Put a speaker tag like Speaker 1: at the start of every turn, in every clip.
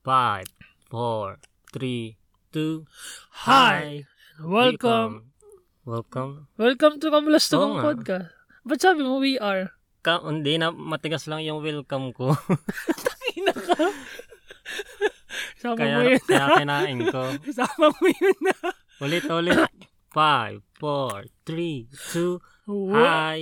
Speaker 1: Five, four, three, two.
Speaker 2: Hi! Welcome!
Speaker 1: Welcome.
Speaker 2: Welcome to Kamalastokang
Speaker 1: Oo nga.
Speaker 2: Podcast. Ba't sabi mo we are?
Speaker 1: Ka, hindi na, matigas lang yung welcome ko.
Speaker 2: Ina ka. Sama mo
Speaker 1: kaya,
Speaker 2: Ano yun.
Speaker 1: kaya kinain ko.
Speaker 2: Sama mo yun na.
Speaker 1: Ulit, ulit. Five, four, three, two.
Speaker 2: Wow.
Speaker 1: Hi!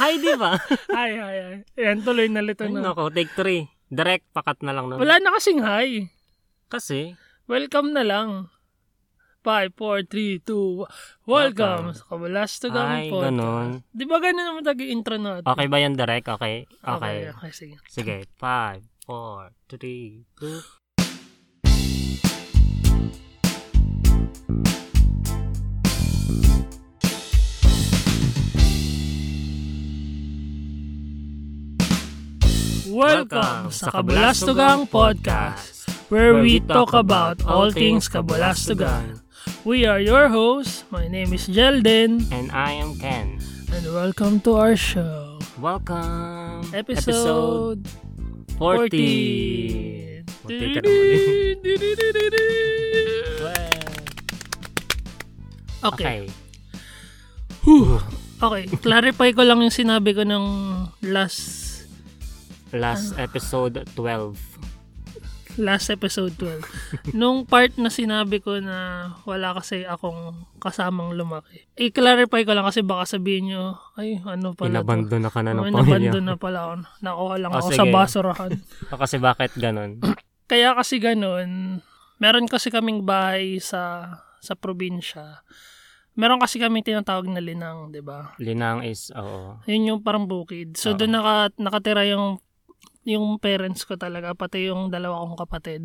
Speaker 1: Hi, di ba?
Speaker 2: Hi, hi, hi. Ayan, tuloy na lito
Speaker 1: Ay,
Speaker 2: na.
Speaker 1: nako, take three. Direct, pakat na lang nun.
Speaker 2: Wala na kasing hi.
Speaker 1: Kasi,
Speaker 2: Welcome na lang. 5, 4, 3, 2, welcome
Speaker 1: Welcome.
Speaker 2: sa Kamalastokang
Speaker 1: Ay,
Speaker 2: Podcast.
Speaker 1: ganun.
Speaker 2: Di ba ganun naman tagi intro natin?
Speaker 1: okay ba yan direct? Okay.
Speaker 2: okay,
Speaker 1: Ah, Okay.
Speaker 2: okay, sige.
Speaker 1: Sige. Five, four, three, two.
Speaker 2: Welcome, sa Kabulastugang Podcast, where we talk about all things Kabulastugan. We are your hosts. My name is Jelden,
Speaker 1: And I am Ken.
Speaker 2: and welcome to our show.
Speaker 1: Welcome!
Speaker 2: Episode,
Speaker 1: 40!
Speaker 2: 40.
Speaker 1: Munti ka na mali.
Speaker 2: Okay.
Speaker 1: Okay.
Speaker 2: Okay, clarify ko lang yung sinabi ko ng last
Speaker 1: Last
Speaker 2: Ah.
Speaker 1: episode 12.
Speaker 2: last episode 12. Nung part na sinabi ko na wala kasi akong kasamang lumaki. I-clarify ko lang kasi baka sabihin nyo, ay ano pala to.
Speaker 1: Inabando na ka na ng
Speaker 2: Ay,
Speaker 1: pamilya.
Speaker 2: nabandon na pala ako. Nakuha lang
Speaker 1: Oh,
Speaker 2: ako sa
Speaker 1: sige.
Speaker 2: basurahan.
Speaker 1: O, kasi bakit ganon?
Speaker 2: Kaya kasi ganun, meron kasi kaming bahay sa sa probinsya. Meron kasi kami tinatawag na linang, 'di ba?
Speaker 1: Linang is, oo.
Speaker 2: Yun yung parang bukid. So
Speaker 1: Oo.
Speaker 2: doon naka, nakatira yung yung parents ko talaga, pati yung dalawa kong kapatid.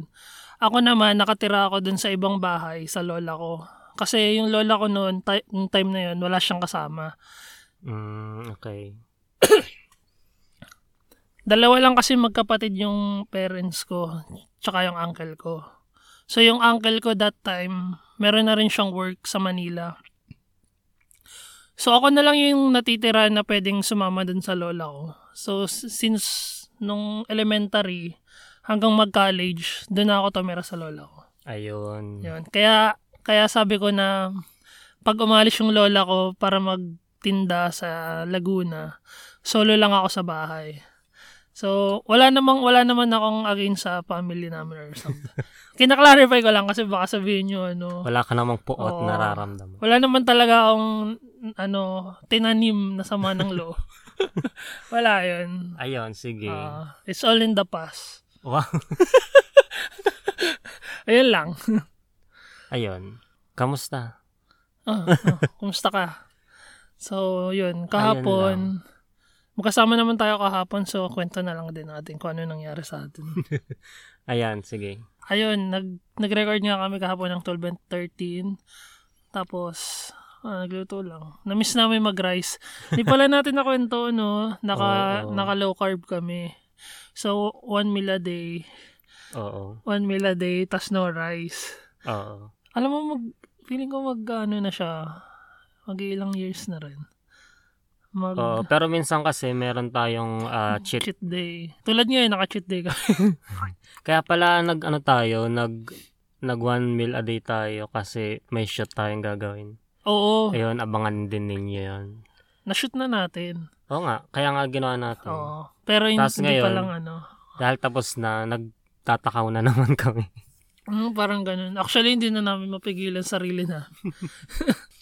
Speaker 2: Ako naman, nakatira ako doon sa ibang bahay, sa lola ko. Kasi yung lola ko noon, ti- nung time na yun, wala siyang kasama.
Speaker 1: Mm, okay.
Speaker 2: Dalawa lang kasi magkapatid yung parents ko, tsaka yung uncle ko. So yung uncle ko that time, meron na rin siyang work sa Manila. So ako na lang yung natitira na pwedeng sumama dun sa lola ko. So s- since nung elementary hanggang mag-college, dun na ako tumira sa lola ko.
Speaker 1: Ayun.
Speaker 2: Yun. Kaya kaya sabi ko na pag umalis yung lola ko para magtinda sa Laguna, solo lang ako sa bahay. So, wala namang wala naman akong against sa family namin or something. Kinaklarify ko lang kasi baka sabihin nyo ano.
Speaker 1: Wala ka namang puot
Speaker 2: Oo.
Speaker 1: nararamdaman.
Speaker 2: Wala naman talaga akong ano, tinanim na sama ng loob. wala 'yun.
Speaker 1: Ayun, sige.
Speaker 2: Ah, it's all in the past.
Speaker 1: wow.
Speaker 2: Ayun lang.
Speaker 1: Ayun. Kamusta?
Speaker 2: Ah, ah, kumusta ka? So, yun. Kahapon, magkasama naman tayo kahapon. So, kwento na lang din natin kung ano nangyari sa atin.
Speaker 1: Ayan, sige.
Speaker 2: Ayun, nag, nag-record nga kami kahapon ng 12 and 13. Tapos, ah, nagluto lang. Namiss namin mag-rice. Di pala natin nakwento, no? Naka,
Speaker 1: Oo.
Speaker 2: naka-low carb kami. So, one meal a day.
Speaker 1: Oo.
Speaker 2: One meal a day, tas no rice.
Speaker 1: Oo.
Speaker 2: Alam mo, mag, feeling ko mag, ano na siya, mag-ilang years na rin. Mag,
Speaker 1: Oo. Pero minsan kasi meron tayong ah, cheat
Speaker 2: cheat day. Tulad ngayon, naka-cheat day ka.
Speaker 1: Kaya pala nag ano tayo, nag nag one meal a day tayo kasi may shoot tayong gagawin.
Speaker 2: Oo,
Speaker 1: Ayun, abangan din ninyo yun.
Speaker 2: na-shoot na natin.
Speaker 1: Oo nga, kaya nga ginawa natin.
Speaker 2: Oo. Pero yun,
Speaker 1: Tas
Speaker 2: hindi pa
Speaker 1: ngayon,
Speaker 2: lang ano.
Speaker 1: Dahil tapos na, nagtatakaw na naman kami.
Speaker 2: Mm, parang ganun. Actually, hindi na namin mapigilan sarili na.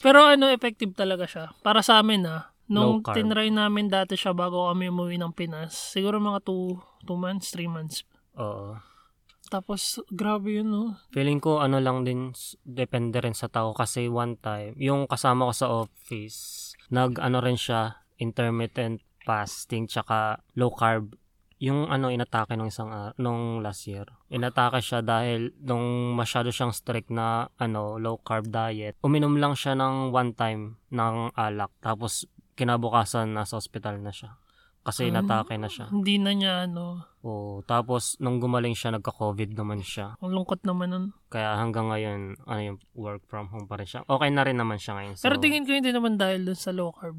Speaker 2: Pero ano, effective talaga siya. Para sa amin ha. Nung
Speaker 1: Low carb.
Speaker 2: tinry namin dati siya bago kami umuwi ng Pinas, siguro mga 2 months, 3 months.
Speaker 1: Oo.
Speaker 2: Tapos, grabe yun, no?
Speaker 1: Feeling ko ano lang din, s- depende rin sa tao kasi one time, yung kasama ko sa office, nag ano rin siya, intermittent fasting tsaka low carb yung ano inatake nung isang ar- nung last year. Inatake siya dahil nung masyado siyang strict na ano low carb diet. Uminom lang siya ng one time ng alak tapos kinabukasan nasa hospital na siya. Kasi
Speaker 2: Ah.
Speaker 1: inatake na siya.
Speaker 2: Hindi na niya, ano,
Speaker 1: Oo, tapos nung gumaling siya nagka-COVID naman siya.
Speaker 2: ang lungkot naman nun.
Speaker 1: Kaya hanggang ngayon, ano yung work from home pa rin siya. Okay na rin naman siya ngayon. So, oh,
Speaker 2: Pero tingin ko hindi naman dahil dun sa low carb.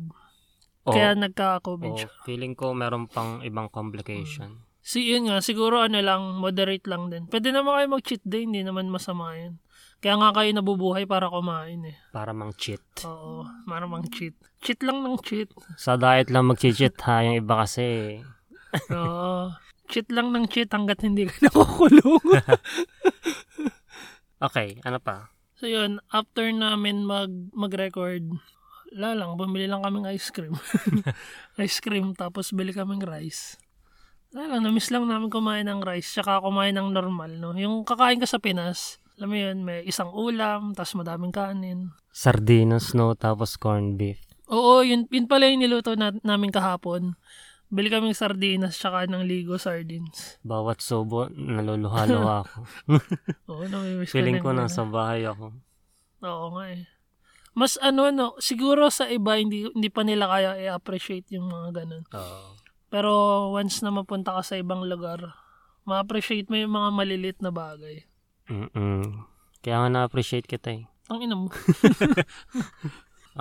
Speaker 1: oo,
Speaker 2: Kaya nagka-COVID
Speaker 1: oo,
Speaker 2: siya. Hmm.
Speaker 1: feeling ko meron pang ibang complication.
Speaker 2: Si yun nga, siguro ano lang, moderate lang din. Pwede naman kayo mag-cheat day, hindi naman masama yun. Kaya nga kayo nabubuhay para kumain eh.
Speaker 1: Para mang cheat.
Speaker 2: Oo, maramang cheat. Cheat lang ng cheat.
Speaker 1: Sa diet lang mag-cheat ha. Yung iba kasi,
Speaker 2: Oo. cheat lang ng cheat hanggat hindi ka nakukulong.
Speaker 1: okay, ano pa?
Speaker 2: so yun, after namin mag, mag-record, wala lang, bumili lang kaming ice cream. ice cream, tapos bili kaming rice. Wala lang, namiss lang namin kumain ng rice, tsaka kumain ng normal, no? Yung kakain ka sa Pinas, alam mo yun, may isang ulam, tapos madaming kanin.
Speaker 1: Sardinas, no? Tapos corned beef.
Speaker 2: Oo, yun, yun pala yung niluto na, namin kahapon. Bili kaming sardinas, tsaka ng Ligo sardines.
Speaker 1: Bawat sobo, naluluhalo ako.
Speaker 2: Oo, namimiss ko
Speaker 1: Feeling
Speaker 2: din
Speaker 1: ko
Speaker 2: yun.
Speaker 1: nasa bahay ako.
Speaker 2: Oo nga eh. Mas ano no, siguro sa iba hindi hindi pa nila kaya i-appreciate yung mga ganun.
Speaker 1: Oo.
Speaker 2: Pero once na mapunta ka sa ibang lugar, ma-appreciate mo yung mga malilit na bagay.
Speaker 1: Mm-mm. Kaya nga na-appreciate kita eh.
Speaker 2: Ang ina mo.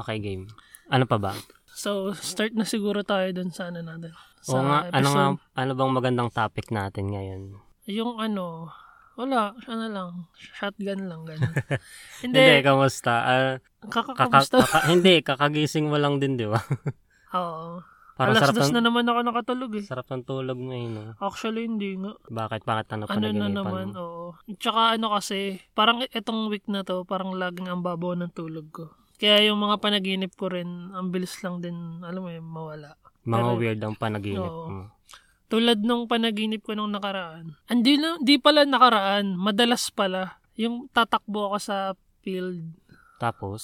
Speaker 1: Okay, game. Ano pa ba?
Speaker 2: So, start na siguro tayo dun sa ano natin. Sa
Speaker 1: Oo nga, ano nga,
Speaker 2: episode.
Speaker 1: ano bang magandang topic natin ngayon?
Speaker 2: Yung ano, wala, ano lang, shotgun lang, ganun.
Speaker 1: Hindi,
Speaker 2: hindi,
Speaker 1: kamusta? Ah,
Speaker 2: kaka-
Speaker 1: kaka-
Speaker 2: kamusta?
Speaker 1: kaka- hindi, kakagising mo lang din, di ba?
Speaker 2: Oo.
Speaker 1: Parang
Speaker 2: Alas
Speaker 1: sarap
Speaker 2: dos
Speaker 1: ng,
Speaker 2: na naman ako nakatulog eh.
Speaker 1: sarap ng tulog mo eh, no?
Speaker 2: Actually, hindi nga.
Speaker 1: Bakit? Bakit ano pa
Speaker 2: ano na
Speaker 1: naginipan
Speaker 2: naman,
Speaker 1: mo?
Speaker 2: oo. Tsaka ano kasi, parang itong week na to, parang laging ang babaw ng tulog ko. Kaya yung mga panaginip ko rin, ang bilis lang din, alam mo yun, mawala.
Speaker 1: Mga
Speaker 2: Pero-
Speaker 1: weird ang panaginip
Speaker 2: Oo.
Speaker 1: mo.
Speaker 2: Tulad nung panaginip ko nung nakaraan. Hindi na, di pala nakaraan, madalas pala. Yung tatakbo ako sa field.
Speaker 1: Tapos,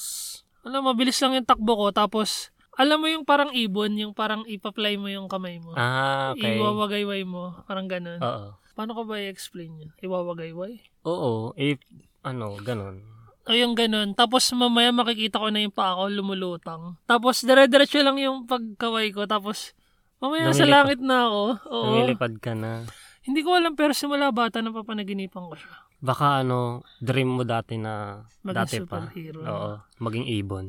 Speaker 2: Alam, mabilis lang yung takbo ko, tapos, alam mo yung parang ibon, yung parang ipa-fly mo yung kamay mo.
Speaker 1: ah, okay. Ah.
Speaker 2: Iwawagayway mo, parang ganun.
Speaker 1: Oo.
Speaker 2: Paano ko ba i-explain yun? Iwawagayway?
Speaker 1: Oo, if, ano, ganun.
Speaker 2: O yung ganun. Tapos mamaya makikita ko na yung paa ko lumulutang. Tapos dire-diretso lang yung pagkaway ko. Tapos mamaya nasa
Speaker 1: Lumilipad.
Speaker 2: langit na ako. Oo.
Speaker 1: Lumilipad ka na.
Speaker 2: Hindi ko alam pero simula bata na papanaginipan ko siya.
Speaker 1: Baka ano, dream mo dati na,
Speaker 2: Maging
Speaker 1: dati pa.
Speaker 2: superhero.
Speaker 1: Oo, maging ibon.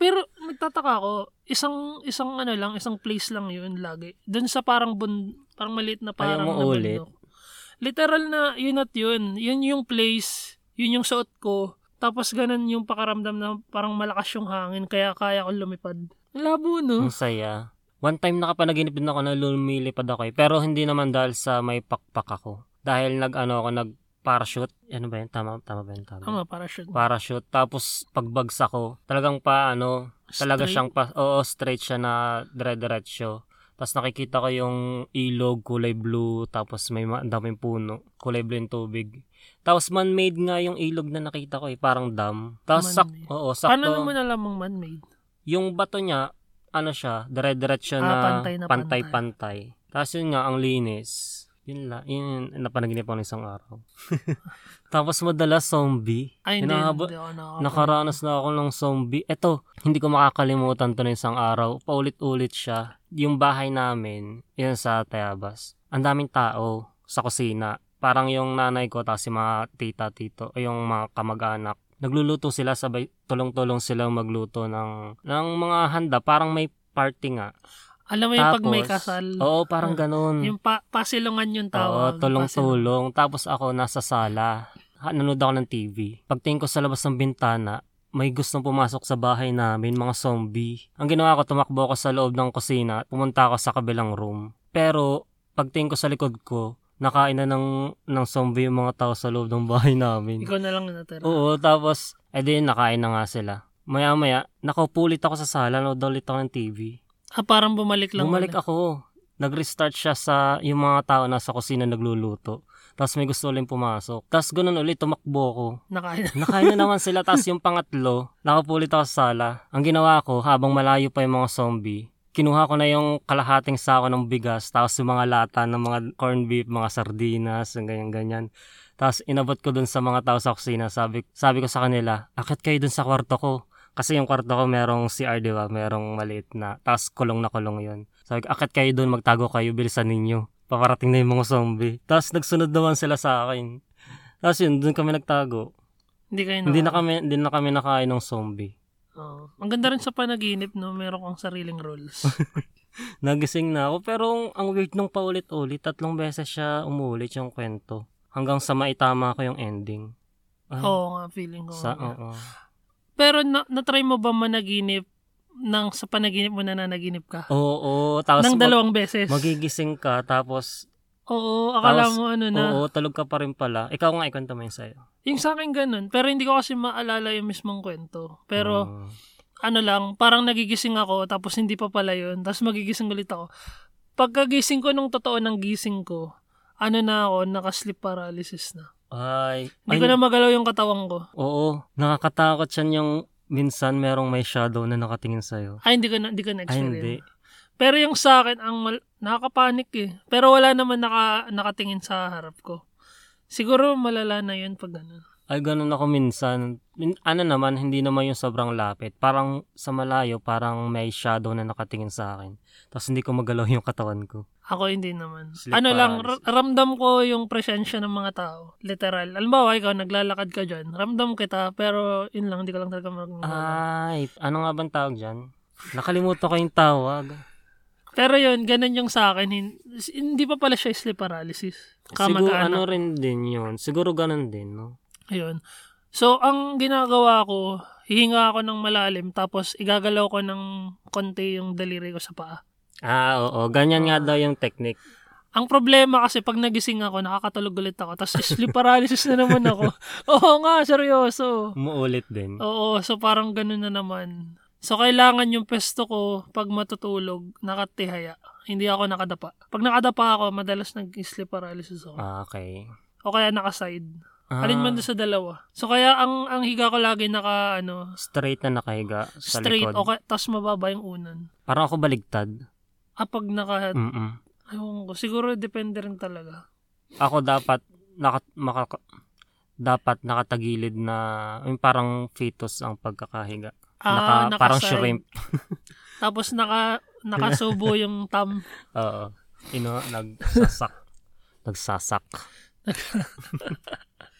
Speaker 2: Pero nagtataka ako, isang isang ano lang, isang place lang yun lagi. Doon sa parang bun, parang maliit na parang
Speaker 1: Ayaw mo
Speaker 2: na bundok.
Speaker 1: ulit.
Speaker 2: Literal na yun at yun. Yun yung place, yun yung suot ko. Tapos ganun yung pakaramdam na parang malakas yung hangin kaya kaya ko lumipad. Ang Labo
Speaker 1: Ang
Speaker 2: no.
Speaker 1: saya. One time nakapanaginip din ako na lumilipad ako eh. Pero hindi naman dahil sa may pakpak ako. Dahil nag ano ako, nag parachute. Ano ba yun? Tama, tama ba yun? Tama.
Speaker 2: Tama, parachute.
Speaker 1: Parachute. Tapos pagbagsak ko, talagang pa ano, talaga
Speaker 2: Straight.
Speaker 1: siyang pa, oo, straight siya na dire-diretso. Tapos nakikita ko yung ilog, kulay blue, tapos may ma- ang daming puno, kulay blue yung tubig. Tapos man-made nga yung ilog na nakita ko eh, parang dam. Tapos sak-
Speaker 2: Man-made.
Speaker 1: oo, sakto.
Speaker 2: Paano naman alam mong man-made?
Speaker 1: yung bato niya, ano siya, dire-diretso
Speaker 2: Ah,
Speaker 1: na
Speaker 2: pantay na
Speaker 1: pantay-pantay. Tapos yun nga, ang linis. Yun lang, yun yung napanaginip ko ng isang araw. Tapos madalas zombie.
Speaker 2: Ay, hindi.
Speaker 1: Hinahaba-
Speaker 2: hindi ako nakakapag-
Speaker 1: Nakaranas na ako ng zombie. Eto, hindi ko makakalimutan to na isang araw. Paulit-ulit siya. Yung bahay namin, yun sa Tayabas. Ang daming tao sa kusina. Parang yung nanay ko, tapos yung mga tita, tito, o yung mga kamag-anak. Nagluluto sila, sabay tulong-tulong sila magluto ng, ng mga handa. Parang may party nga.
Speaker 2: Alam mo yung pag may kasal, Ah,
Speaker 1: Oo, parang ganun.
Speaker 2: yung pa- pasilungan yung
Speaker 1: oh, hmm. Oo,
Speaker 2: tawag. Pasilungan.
Speaker 1: tulong-tulong. Tapos ako nasa sala. Ha, nanood ako ng TV. Pagtingin ko sa labas ng bintana, may gustong pumasok sa bahay namin, mga zombie. Ang ginawa ko, tumakbo ako sa loob ng kusina, pumunta ako sa kabilang room. Pero, pagtingin ko sa likod ko, nakain na ng, ng zombie yung mga tao sa loob ng bahay namin.
Speaker 2: Ikaw na lang yung natira.
Speaker 1: Oo, tapos, edi nakain na nga sila. Maya-maya, nakaupulit ako sa sala, nanood ulit ako ng TV.
Speaker 2: Ah, parang bumalik lang.
Speaker 1: Bumalik
Speaker 2: ulit.
Speaker 1: ako. Nag-restart siya sa yung mga tao nasa kusina nagluluto. Tapos may gusto ulit pumasok. Tapos ganun ulit, tumakbo ako.
Speaker 2: Nakain.
Speaker 1: Nakain na naman sila. Tapos yung pangatlo, nakapulit ako sa sala. Ang ginawa ko, habang malayo pa yung mga zombie, kinuha ko na yung kalahating sako ng bigas, tapos yung mga lata ng mga corned beef, mga sardinas, yung ganyan-ganyan. Tapos inabot ko dun sa mga tao sa kusina. Sabi, sabi ko sa kanila, akit kayo dun sa kwarto ko. Kasi yung kwarto ko merong CR, di ba? Merong maliit na. Tapos kulong na kulong yun. Sabi ko, akit kayo dun, magtago kayo, bilisan ninyo. Paparating na yung mga zombie. Tapos nagsunod naman sila sa akin. Tapos yun, dun kami nagtago.
Speaker 2: Hindi kayo
Speaker 1: Hindi na kami hindi na kami nakain ng zombie.
Speaker 2: Oo. Ang ganda rin sa panaginip, no? Meron kang sariling rules.
Speaker 1: nagising na ako. Pero ang- ang weird nung paulit-ulit, tatlong beses siya umulit yung kwento. Hanggang sa maitama ko yung ending. Ay,
Speaker 2: Oo nga, feeling ko.
Speaker 1: Sa,
Speaker 2: nga.
Speaker 1: oo.
Speaker 2: Pero na, na-try mo ba managinip nang sa panaginip mo na nanaginip ka?
Speaker 1: Oo, tapos
Speaker 2: nang
Speaker 1: mag-
Speaker 2: dalawang beses.
Speaker 1: magigising ka, tapos,
Speaker 2: oo, akala
Speaker 1: Tapos,
Speaker 2: mo ano na.
Speaker 1: oo, tulog ka pa rin pala. Ikaw nga, ikwento mo yun sa'yo.
Speaker 2: Yung sa akin ganun. Pero hindi ko kasi maalala yung mismong kwento. Pero
Speaker 1: Mm.
Speaker 2: ano lang, parang nagigising ako tapos hindi pa pala yun. Tapos magigising ulit ako. Pagkagising ko nung totoo ng gising ko, ano na ako, naka-sleep paralysis na.
Speaker 1: ay,
Speaker 2: Hindi
Speaker 1: ay,
Speaker 2: ko na magalaw yung katawan ko.
Speaker 1: oo, nakakatakot yan yung minsan merong may shadow na nakatingin sa'yo.
Speaker 2: Ay, hindi ko na, hindi ko
Speaker 1: Ay,
Speaker 2: na-experience.
Speaker 1: hindi.
Speaker 2: Pero yung sa akin, ang mal- nakakapanik eh. Pero wala naman naka, nakatingin sa harap ko. Siguro malala na yun pag ganun.
Speaker 1: Ay, ganun ako minsan. Min- Ano naman, hindi naman yung sobrang lapit. Parang sa malayo, parang may shadow na nakatingin sa akin. Tapos hindi ko magalaw yung katawan ko.
Speaker 2: Ako hindi naman.
Speaker 1: Sleep
Speaker 2: ano lang, ra-
Speaker 1: paralysis.
Speaker 2: ramdam ko yung presensya ng mga tao. Literal. Alam ba, ikaw, naglalakad ka dyan. Ramdam kita, pero yun lang, hindi ko lang talaga mag-
Speaker 1: Ay, ano nga bang tawag dyan? Nakalimutan ko yung tawag.
Speaker 2: Pero yun, ganun yung sa akin. Hin- Hindi pa pala siya sleep paralysis.
Speaker 1: Siguro ano
Speaker 2: Kamag-anak.
Speaker 1: rin din yun. Siguro ganun din, no?
Speaker 2: Ayun. So, ang ginagawa ko, hihinga ako ng malalim, tapos igagalaw ko ng konti yung daliri ko sa paa.
Speaker 1: Ah, oo. Ganyan nga daw yung technique.
Speaker 2: Ang problema kasi pag nagising ako, nakakatulog ulit ako. Tapos sleep paralysis na naman ako. Oo nga, seryoso.
Speaker 1: Umuulit din.
Speaker 2: Oo, so parang ganun na naman. So kailangan yung pesto ko pag matutulog, nakatihaya. Hindi ako nakadapa. Pag nakadapa ako, madalas nag-sleep paralysis ako.
Speaker 1: Ah, okay.
Speaker 2: O kaya nakaside.
Speaker 1: Ah,
Speaker 2: Alin man doon sa dalawa. So kaya ang ang higa ko lagi naka ano,
Speaker 1: Straight na nakahiga sa
Speaker 2: straight
Speaker 1: likod.
Speaker 2: o kaya tas mababa yung unan.
Speaker 1: Parang ako baligtad.
Speaker 2: Ah, pag naka
Speaker 1: Mm-mm.
Speaker 2: ayun ko, siguro depende rin talaga.
Speaker 1: ako dapat naka, maka, dapat nakatagilid na yung parang fetus ang pagkakahiga.
Speaker 2: Ah,
Speaker 1: Naka- parang
Speaker 2: nakaside.
Speaker 1: shrimp.
Speaker 2: Tapos naka nakasubo yung tam.
Speaker 1: Oo. Ino, nagsasak. nagsasak.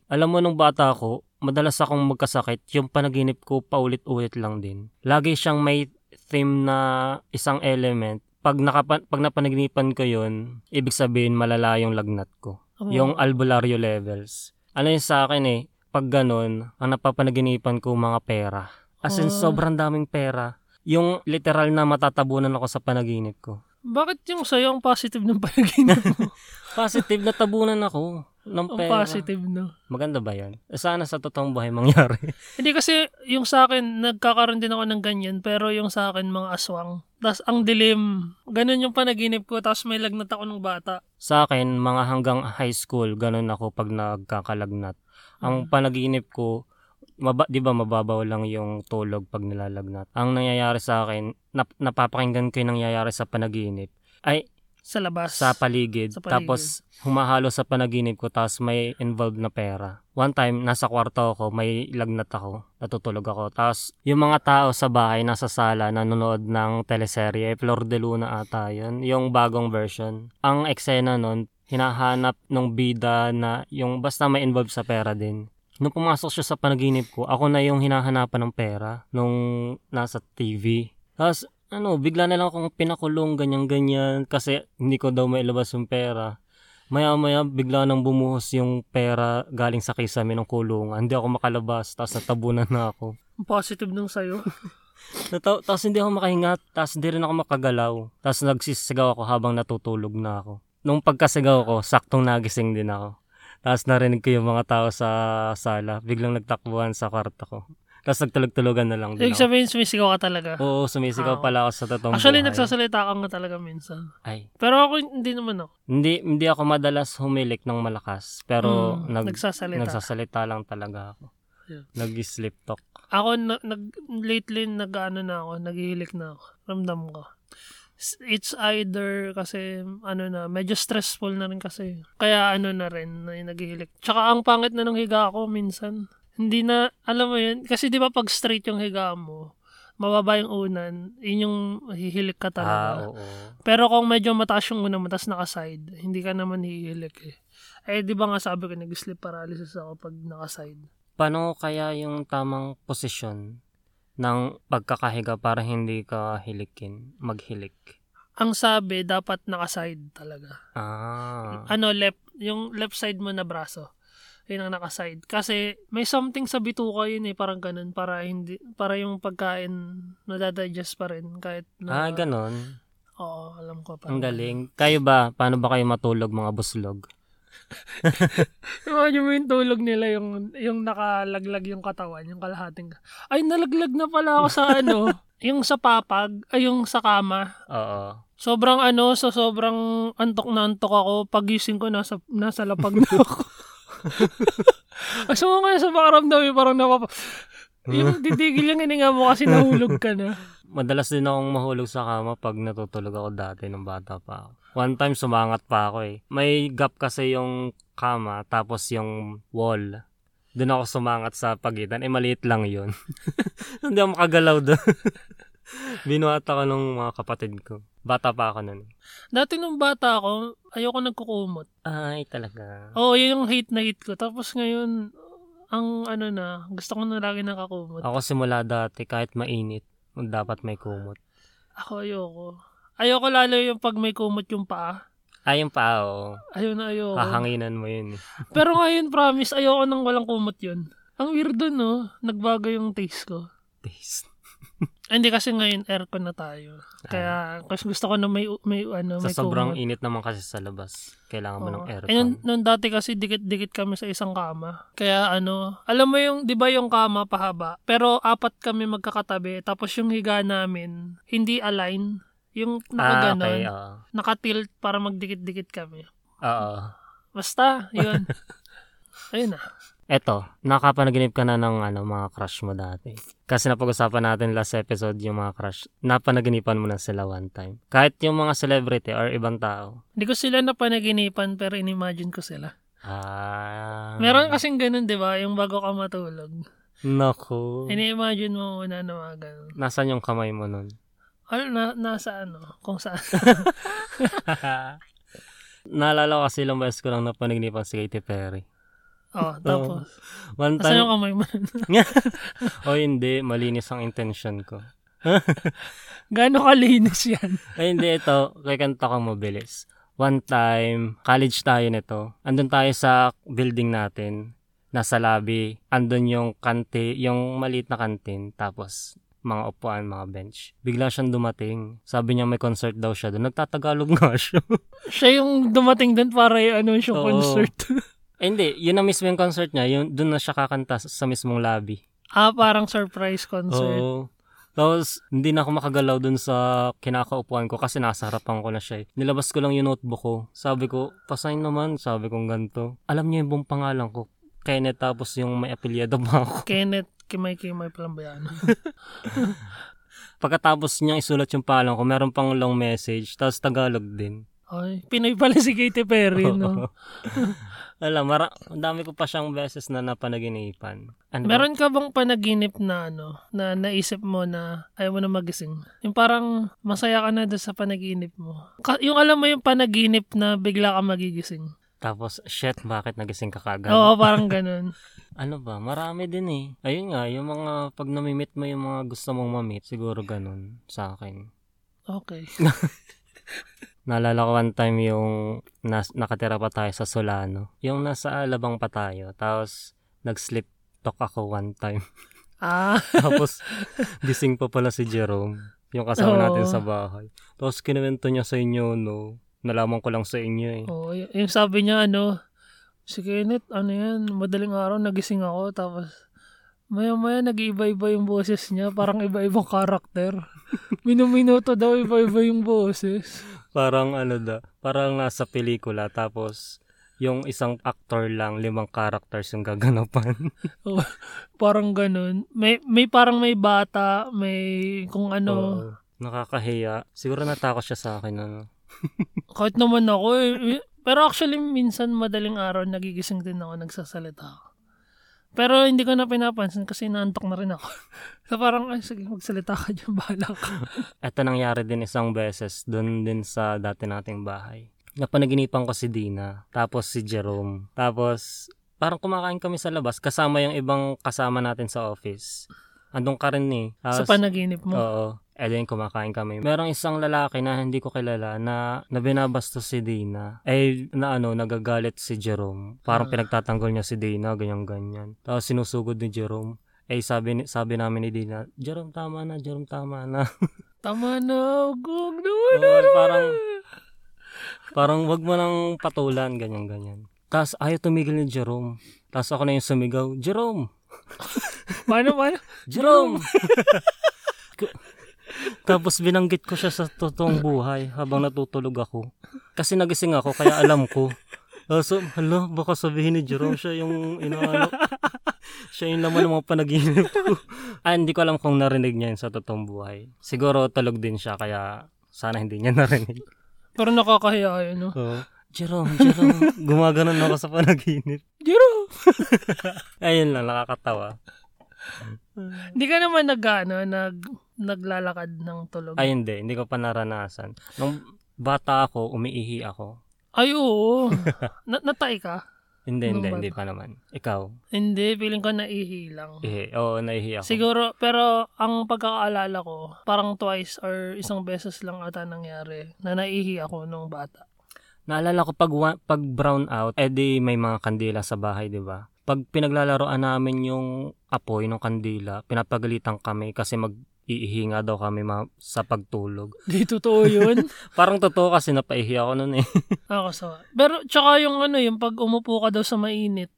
Speaker 1: Alam mo, nung bata ako, madalas akong magkasakit. Yung panaginip ko, paulit-ulit lang din. Lagi siyang may theme na isang element. Pag, nakapa- pag napanaginipan ko yun, ibig sabihin malala yung lagnat ko.
Speaker 2: Oh.
Speaker 1: Yung albularyo levels. Ano yun sa akin eh, pag ganun, ang napapanaginipan ko mga pera. As in,
Speaker 2: Ah.
Speaker 1: sobrang daming pera. Yung literal na matatabunan ako sa panaginip ko.
Speaker 2: Bakit yung sa'yo ang positive ng panaginip mo?
Speaker 1: Positive, natabunan ako ng
Speaker 2: ang
Speaker 1: pera.
Speaker 2: positive, no?
Speaker 1: Maganda ba yan? Sana sa totoong buhay mangyari.
Speaker 2: Hindi kasi yung sa akin, nagkakaroon din ako ng ganyan, pero yung sa akin, mga aswang. Tapos ang dilim, ganun yung panaginip ko, tapos may lagnat ako ng bata.
Speaker 1: sa akin, mga hanggang high school, ganun ako pag nagkakalagnat.
Speaker 2: Mm.
Speaker 1: Ang panaginip ko, maba, di ba mababaw lang yung tulog pag nilalagnat. Ang nangyayari sa akin, nap- napapakinggan ko yung nangyayari sa panaginip. Ay,
Speaker 2: Sa labas.
Speaker 1: sa paligid,
Speaker 2: Sa paligid.
Speaker 1: tapos humahalo sa panaginip ko tapos may involved na pera. One time nasa kwarto ako, may lagnat ako, natutulog ako. Tapos yung mga tao sa bahay nasa sala nanonood ng teleserye eh, Flor de Luna ata 'yun, yung bagong version. Ang eksena nun, hinahanap ng bida na yung basta may involved sa pera din. Nung pumasok siya sa panaginip ko, ako na yung hinahanapan ng pera nung nasa TV. Tapos ano, bigla na lang akong pinakulong, ganyan-ganyan, kasi hindi ko daw mailabas yung pera. Maya-maya, bigla nang bumuhos yung pera galing sa kisame ng kulungan. Hindi ako makalabas, tapos natabunan na ako.
Speaker 2: Ang positive nung sa'yo.
Speaker 1: Nata- tapos hindi ako makahinga, tapos hindi rin ako makagalaw. Tapos nagsisigaw ako habang natutulog na ako. Nung pagkasigaw ko, saktong nagising din ako. Tapos narinig ko yung mga tao sa sala, biglang nagtakbuhan sa kwarto ko. Tapos nagtulog-tulogan na lang din
Speaker 2: Ibig
Speaker 1: ako.
Speaker 2: sabihin, sumisigaw ka talaga.
Speaker 1: Oo, sumisigaw
Speaker 2: Ah.
Speaker 1: pala ako sa totoong
Speaker 2: Actually,
Speaker 1: buhay.
Speaker 2: nagsasalita ka nga talaga minsan.
Speaker 1: Ay,
Speaker 2: Pero ako, hindi naman ako.
Speaker 1: Hindi hindi ako madalas humilik ng malakas, pero
Speaker 2: Mm,
Speaker 1: nag,
Speaker 2: nagsasalita.
Speaker 1: nagsasalita lang talaga ako.
Speaker 2: Yeah.
Speaker 1: Nag-sleep talk.
Speaker 2: Ako, na, nag, lately, nag-ano na ako, naghihilik na ako. Ramdam ko. S- It's either kasi, ano na, medyo stressful na rin kasi. Kaya ano na rin, na naghihilik. Tsaka ang pangit na nung higa ako minsan. Hindi na, alam mo yun, kasi di ba pag straight yung higa mo, mababa yung unan, yun yung hihilik ka
Speaker 1: Ah,
Speaker 2: talaga.
Speaker 1: oo.
Speaker 2: Pero kung medyo mataas yung unan mo, tas nakaside, hindi ka naman hihilik eh. Eh, di ba nga sabi ko, nag-sleep paralysis ako pag nakaside.
Speaker 1: Paano kaya yung tamang posisyon ng pagkakahiga para hindi ka hilikin, maghilik?
Speaker 2: ang sabi, dapat nakaside talaga.
Speaker 1: Ah.
Speaker 2: Ano, left, yung left side mo na braso. Yun ang nakaside. Kasi may something sa bituka yun eh, parang ganun. Para, hindi, para yung pagkain nadadigest pa rin kahit na...
Speaker 1: Ah, ganon.
Speaker 2: Oo, alam ko.
Speaker 1: Ang
Speaker 2: Parang,
Speaker 1: galing. Kayo ba? Paano ba kayo matulog mga buslog?
Speaker 2: Imagine mo yung tulog nila, yung, yung nakalaglag yung katawan, yung kalahating. Ay, nalaglag na pala ako sa ano, yung sa papag, ay yung sa kama.
Speaker 1: Oo.
Speaker 2: Sobrang ano, so sobrang antok na antok ako. Pagising ko, nasa, nasa lapag na ako. Kasi mo nga sa pakaramdam, eh, parang napapa... Yung titigil yung ininga mo kasi nahulog ka na.
Speaker 1: Madalas din akong mahulog sa kama pag natutulog ako dati nung bata pa ako. One time sumangat pa ako eh. May gap kasi yung kama tapos yung wall. Doon ako sumangat sa pagitan. Eh maliit lang yun. Hindi ako makagalaw doon. Binuhat ako ng mga kapatid ko. Bata pa ako nun.
Speaker 2: Dati nung bata ako, ayoko nagkukumot.
Speaker 1: Ay talaga.
Speaker 2: Oo, yun yung hate na hate ko. Tapos ngayon, ang ano na, gusto ko na lagi nakakumot.
Speaker 1: Ako simula dati kahit mainit dapat may kumot.
Speaker 2: Ako ayoko. Ayoko lalo yung pag may kumot yung paa.
Speaker 1: Ay, Ah, yung pa, oo.
Speaker 2: Ayaw na ayoko.
Speaker 1: Hahanginan mo yun eh.
Speaker 2: Pero ngayon, promise, ayoko nang walang kumot yun. Ang weirdo, no? Nagbago yung taste ko.
Speaker 1: Taste.
Speaker 2: Ay, Hindi kasi ngayon aircon na tayo. Kaya kasi gusto ko na may may ano,
Speaker 1: Ah, Sa
Speaker 2: may
Speaker 1: sobrang
Speaker 2: kumot.
Speaker 1: init naman kasi sa labas, kailangan mo ng
Speaker 2: Oo.
Speaker 1: aircon.
Speaker 2: Eh, nun, nun dati kasi dikit-dikit kami sa isang kama. Kaya ano, alam mo yung, di ba yung kama pahaba? Pero apat kami magkakatabi. Tapos yung higa namin, hindi align. Yung
Speaker 1: ah,
Speaker 2: nakaganon,
Speaker 1: okay, oo.
Speaker 2: nakatilt para magdikit-dikit kami.
Speaker 1: Oo.
Speaker 2: Basta, yun. Ayun na.
Speaker 1: Eto, nakapanaginip ka na ng ano, mga crush mo dati. Kasi napag-usapan natin last episode yung mga crush. Napanaginipan mo na sila one time. Kahit yung mga celebrity or ibang tao.
Speaker 2: Hindi ko sila napanaginipan pero inimagine ko sila.
Speaker 1: Ah.
Speaker 2: Meron kasing ganun, di ba? Yung bago ka matulog.
Speaker 1: Naku.
Speaker 2: Ini-imagine mo muna na mga ganun.
Speaker 1: Nasaan yung kamay mo nun?
Speaker 2: Ano, na, nasa ano? Kung saan.
Speaker 1: Naalala ko kasi ilang beses ko lang napanaginipan si Katy Perry.
Speaker 2: oh, tapos.
Speaker 1: One
Speaker 2: Nasa
Speaker 1: time,
Speaker 2: yung kamay mo.
Speaker 1: o hindi, malinis ang intention ko.
Speaker 2: Gano'ng kalinis yan?
Speaker 1: Ay, hindi ito. Kikanta ko mabilis. One time, college tayo nito. Andun tayo sa building natin. Nasa lobby. Andun yung kante, yung maliit na kantin. Tapos, mga upuan, mga bench. Bigla siyang dumating. Sabi niya may concert daw siya doon. Nagtatagalog nga siya.
Speaker 2: Siya yung dumating doon para i-announce yung
Speaker 1: Oo.
Speaker 2: concert.
Speaker 1: Ay, hindi, yun na mismo yung concert niya. Yun, doon na siya kakanta sa, sa mismong lobby.
Speaker 2: ah, parang surprise concert.
Speaker 1: Oo. Tapos, hindi na ako makagalaw dun sa kinakaupuan ko kasi nasa harapan ko na siya eh. Nilabas ko lang yung notebook ko. Sabi ko, pasign naman. Sabi kong ganito. Alam niyo yung buong pangalan ko. Kenneth tapos yung may apelyado pa ako.
Speaker 2: Kenneth Kimay-Kimay Palambayano.
Speaker 1: Pagkatapos niyang isulat yung pangalan ko, meron pang long message. Tapos Tagalog din.
Speaker 2: Ay, Pinoy pala si Katy Perry, no?
Speaker 1: Alam, mara- ang dami ko pa siyang beses na napanaginipan. Ano ba?
Speaker 2: Meron ka bang panaginip na ano, na naisip mo na ayaw mo na magising? Yung parang masaya ka na doon sa panaginip mo. Ka- yung alam mo yung panaginip na bigla ka magigising.
Speaker 1: Tapos, shit, bakit nagising ka kagad?
Speaker 2: Oo, parang ganun.
Speaker 1: Ano ba? Marami din eh. Ayun nga, yung mga pag namimit mo yung mga gusto mong mamit, siguro ganun sa akin.
Speaker 2: Okay.
Speaker 1: Naalala ko one time yung nas- nakatira pa tayo sa Solano. Yung nasa Alabang pa tayo. Tapos, nag-sleep talk ako one time.
Speaker 2: Ah,
Speaker 1: Tapos, gising pa pala si Jerome. Yung kasama
Speaker 2: Oo.
Speaker 1: natin sa bahay. Tapos, kinuwento niya sa inyo, no? Nalaman ko lang sa inyo eh.
Speaker 2: oo. y- yung sabi niya ano, si Kenneth, ano yan, madaling araw nagising ako tapos maya-maya nag-iiba-iba yung boses niya, parang iba-ibang karakter. Minuminuto daw iba-iba yung boses.
Speaker 1: Parang ano da, parang nasa pelikula. Tapos, yung isang actor lang, limang characters yung gaganapan.
Speaker 2: Parang ganun. May may parang may bata, may kung ano.
Speaker 1: Oo. nakakahiya. Siguro natakot siya sa akin. Ano?
Speaker 2: Kahit naman ako eh. Pero actually, minsan madaling araw nagigising din ako, nagsasalita ako. Pero hindi ko na pinapansin kasi naantok na rin ako. so parang, ay sige, magsalita ka dyan, bahala ka.
Speaker 1: Ito nangyari din isang beses doon din sa dati nating bahay. Napanaginipan ko si Dina, tapos si Jerome, tapos parang kumakain kami sa labas kasama yung ibang kasama natin sa office. Andun ka rin eh.
Speaker 2: sa
Speaker 1: Tapos- Oh.
Speaker 2: panaginip mo.
Speaker 1: Oo. And then kumakain kami. Merong isang lalaki na hindi ko kilala na, na binabastos si Dina. Eh, na ano, nagagalit si Jerome. Parang
Speaker 2: Ah.
Speaker 1: pinagtatanggol niya si Dina, ganyan-ganyan. Tapos sinusugod ni Jerome. Eh, sabi, ni- sabi namin ni Dina, Jerome, tama na, Jerome, tama na.
Speaker 2: Tama na, gug
Speaker 1: Oo,
Speaker 2: naman. na-
Speaker 1: Oh, parang, parang wag mo nang patulan, ganyan-ganyan. Tapos ayaw tumigil ni Jerome. Tapos ako na yung sumigaw, Jerome!
Speaker 2: Paano, paano?
Speaker 1: Jerome! Tapos binanggit ko siya sa totoong buhay habang natutulog ako. Kasi nagising ako, kaya alam ko. Ah, So, hala, baka sabihin ni Jerome siya yung inaano. siya yung laman ng mga panaginip ko. Ah, hindi ko alam kung narinig niya yun sa totoong buhay. Siguro tulog din siya, kaya sana hindi niya narinig.
Speaker 2: Pero nakakahiya yun, no?
Speaker 1: So, Jerome, Jerome. Gumaganon ako sa panaginip.
Speaker 2: Jiro!
Speaker 1: Ayun lang, nakakatawa.
Speaker 2: Hindi ka naman nag, ano, nag, naglalakad ng tulog.
Speaker 1: Ay,
Speaker 2: Ay,
Speaker 1: hindi. Hindi ko pa naranasan. Nung bata ako, umiihi ako.
Speaker 2: oo. Na- natay ka?
Speaker 1: Hindi, hindi,
Speaker 2: Nung
Speaker 1: hindi pa naman. Ikaw?
Speaker 2: Hindi, feeling ko naihi lang.
Speaker 1: Ihi. Oo, naihi ako.
Speaker 2: Siguro, pero ang pagkakaalala ko, parang twice or isang beses lang ata nangyari na naihi ako nung bata.
Speaker 1: Naalala ko pag, wa- pag brown out, eh di may mga kandila sa bahay, di ba? Pag pinaglalaroan namin yung apoy ng kandila, pinapagalitan kami kasi mag iihi nga daw kami ma- sa pagtulog.
Speaker 2: Di totoo yun.
Speaker 1: Parang totoo kasi napaihi ako nun eh.
Speaker 2: Ako sa Pero tsaka yung ano, yung pag umupo ka daw sa mainit,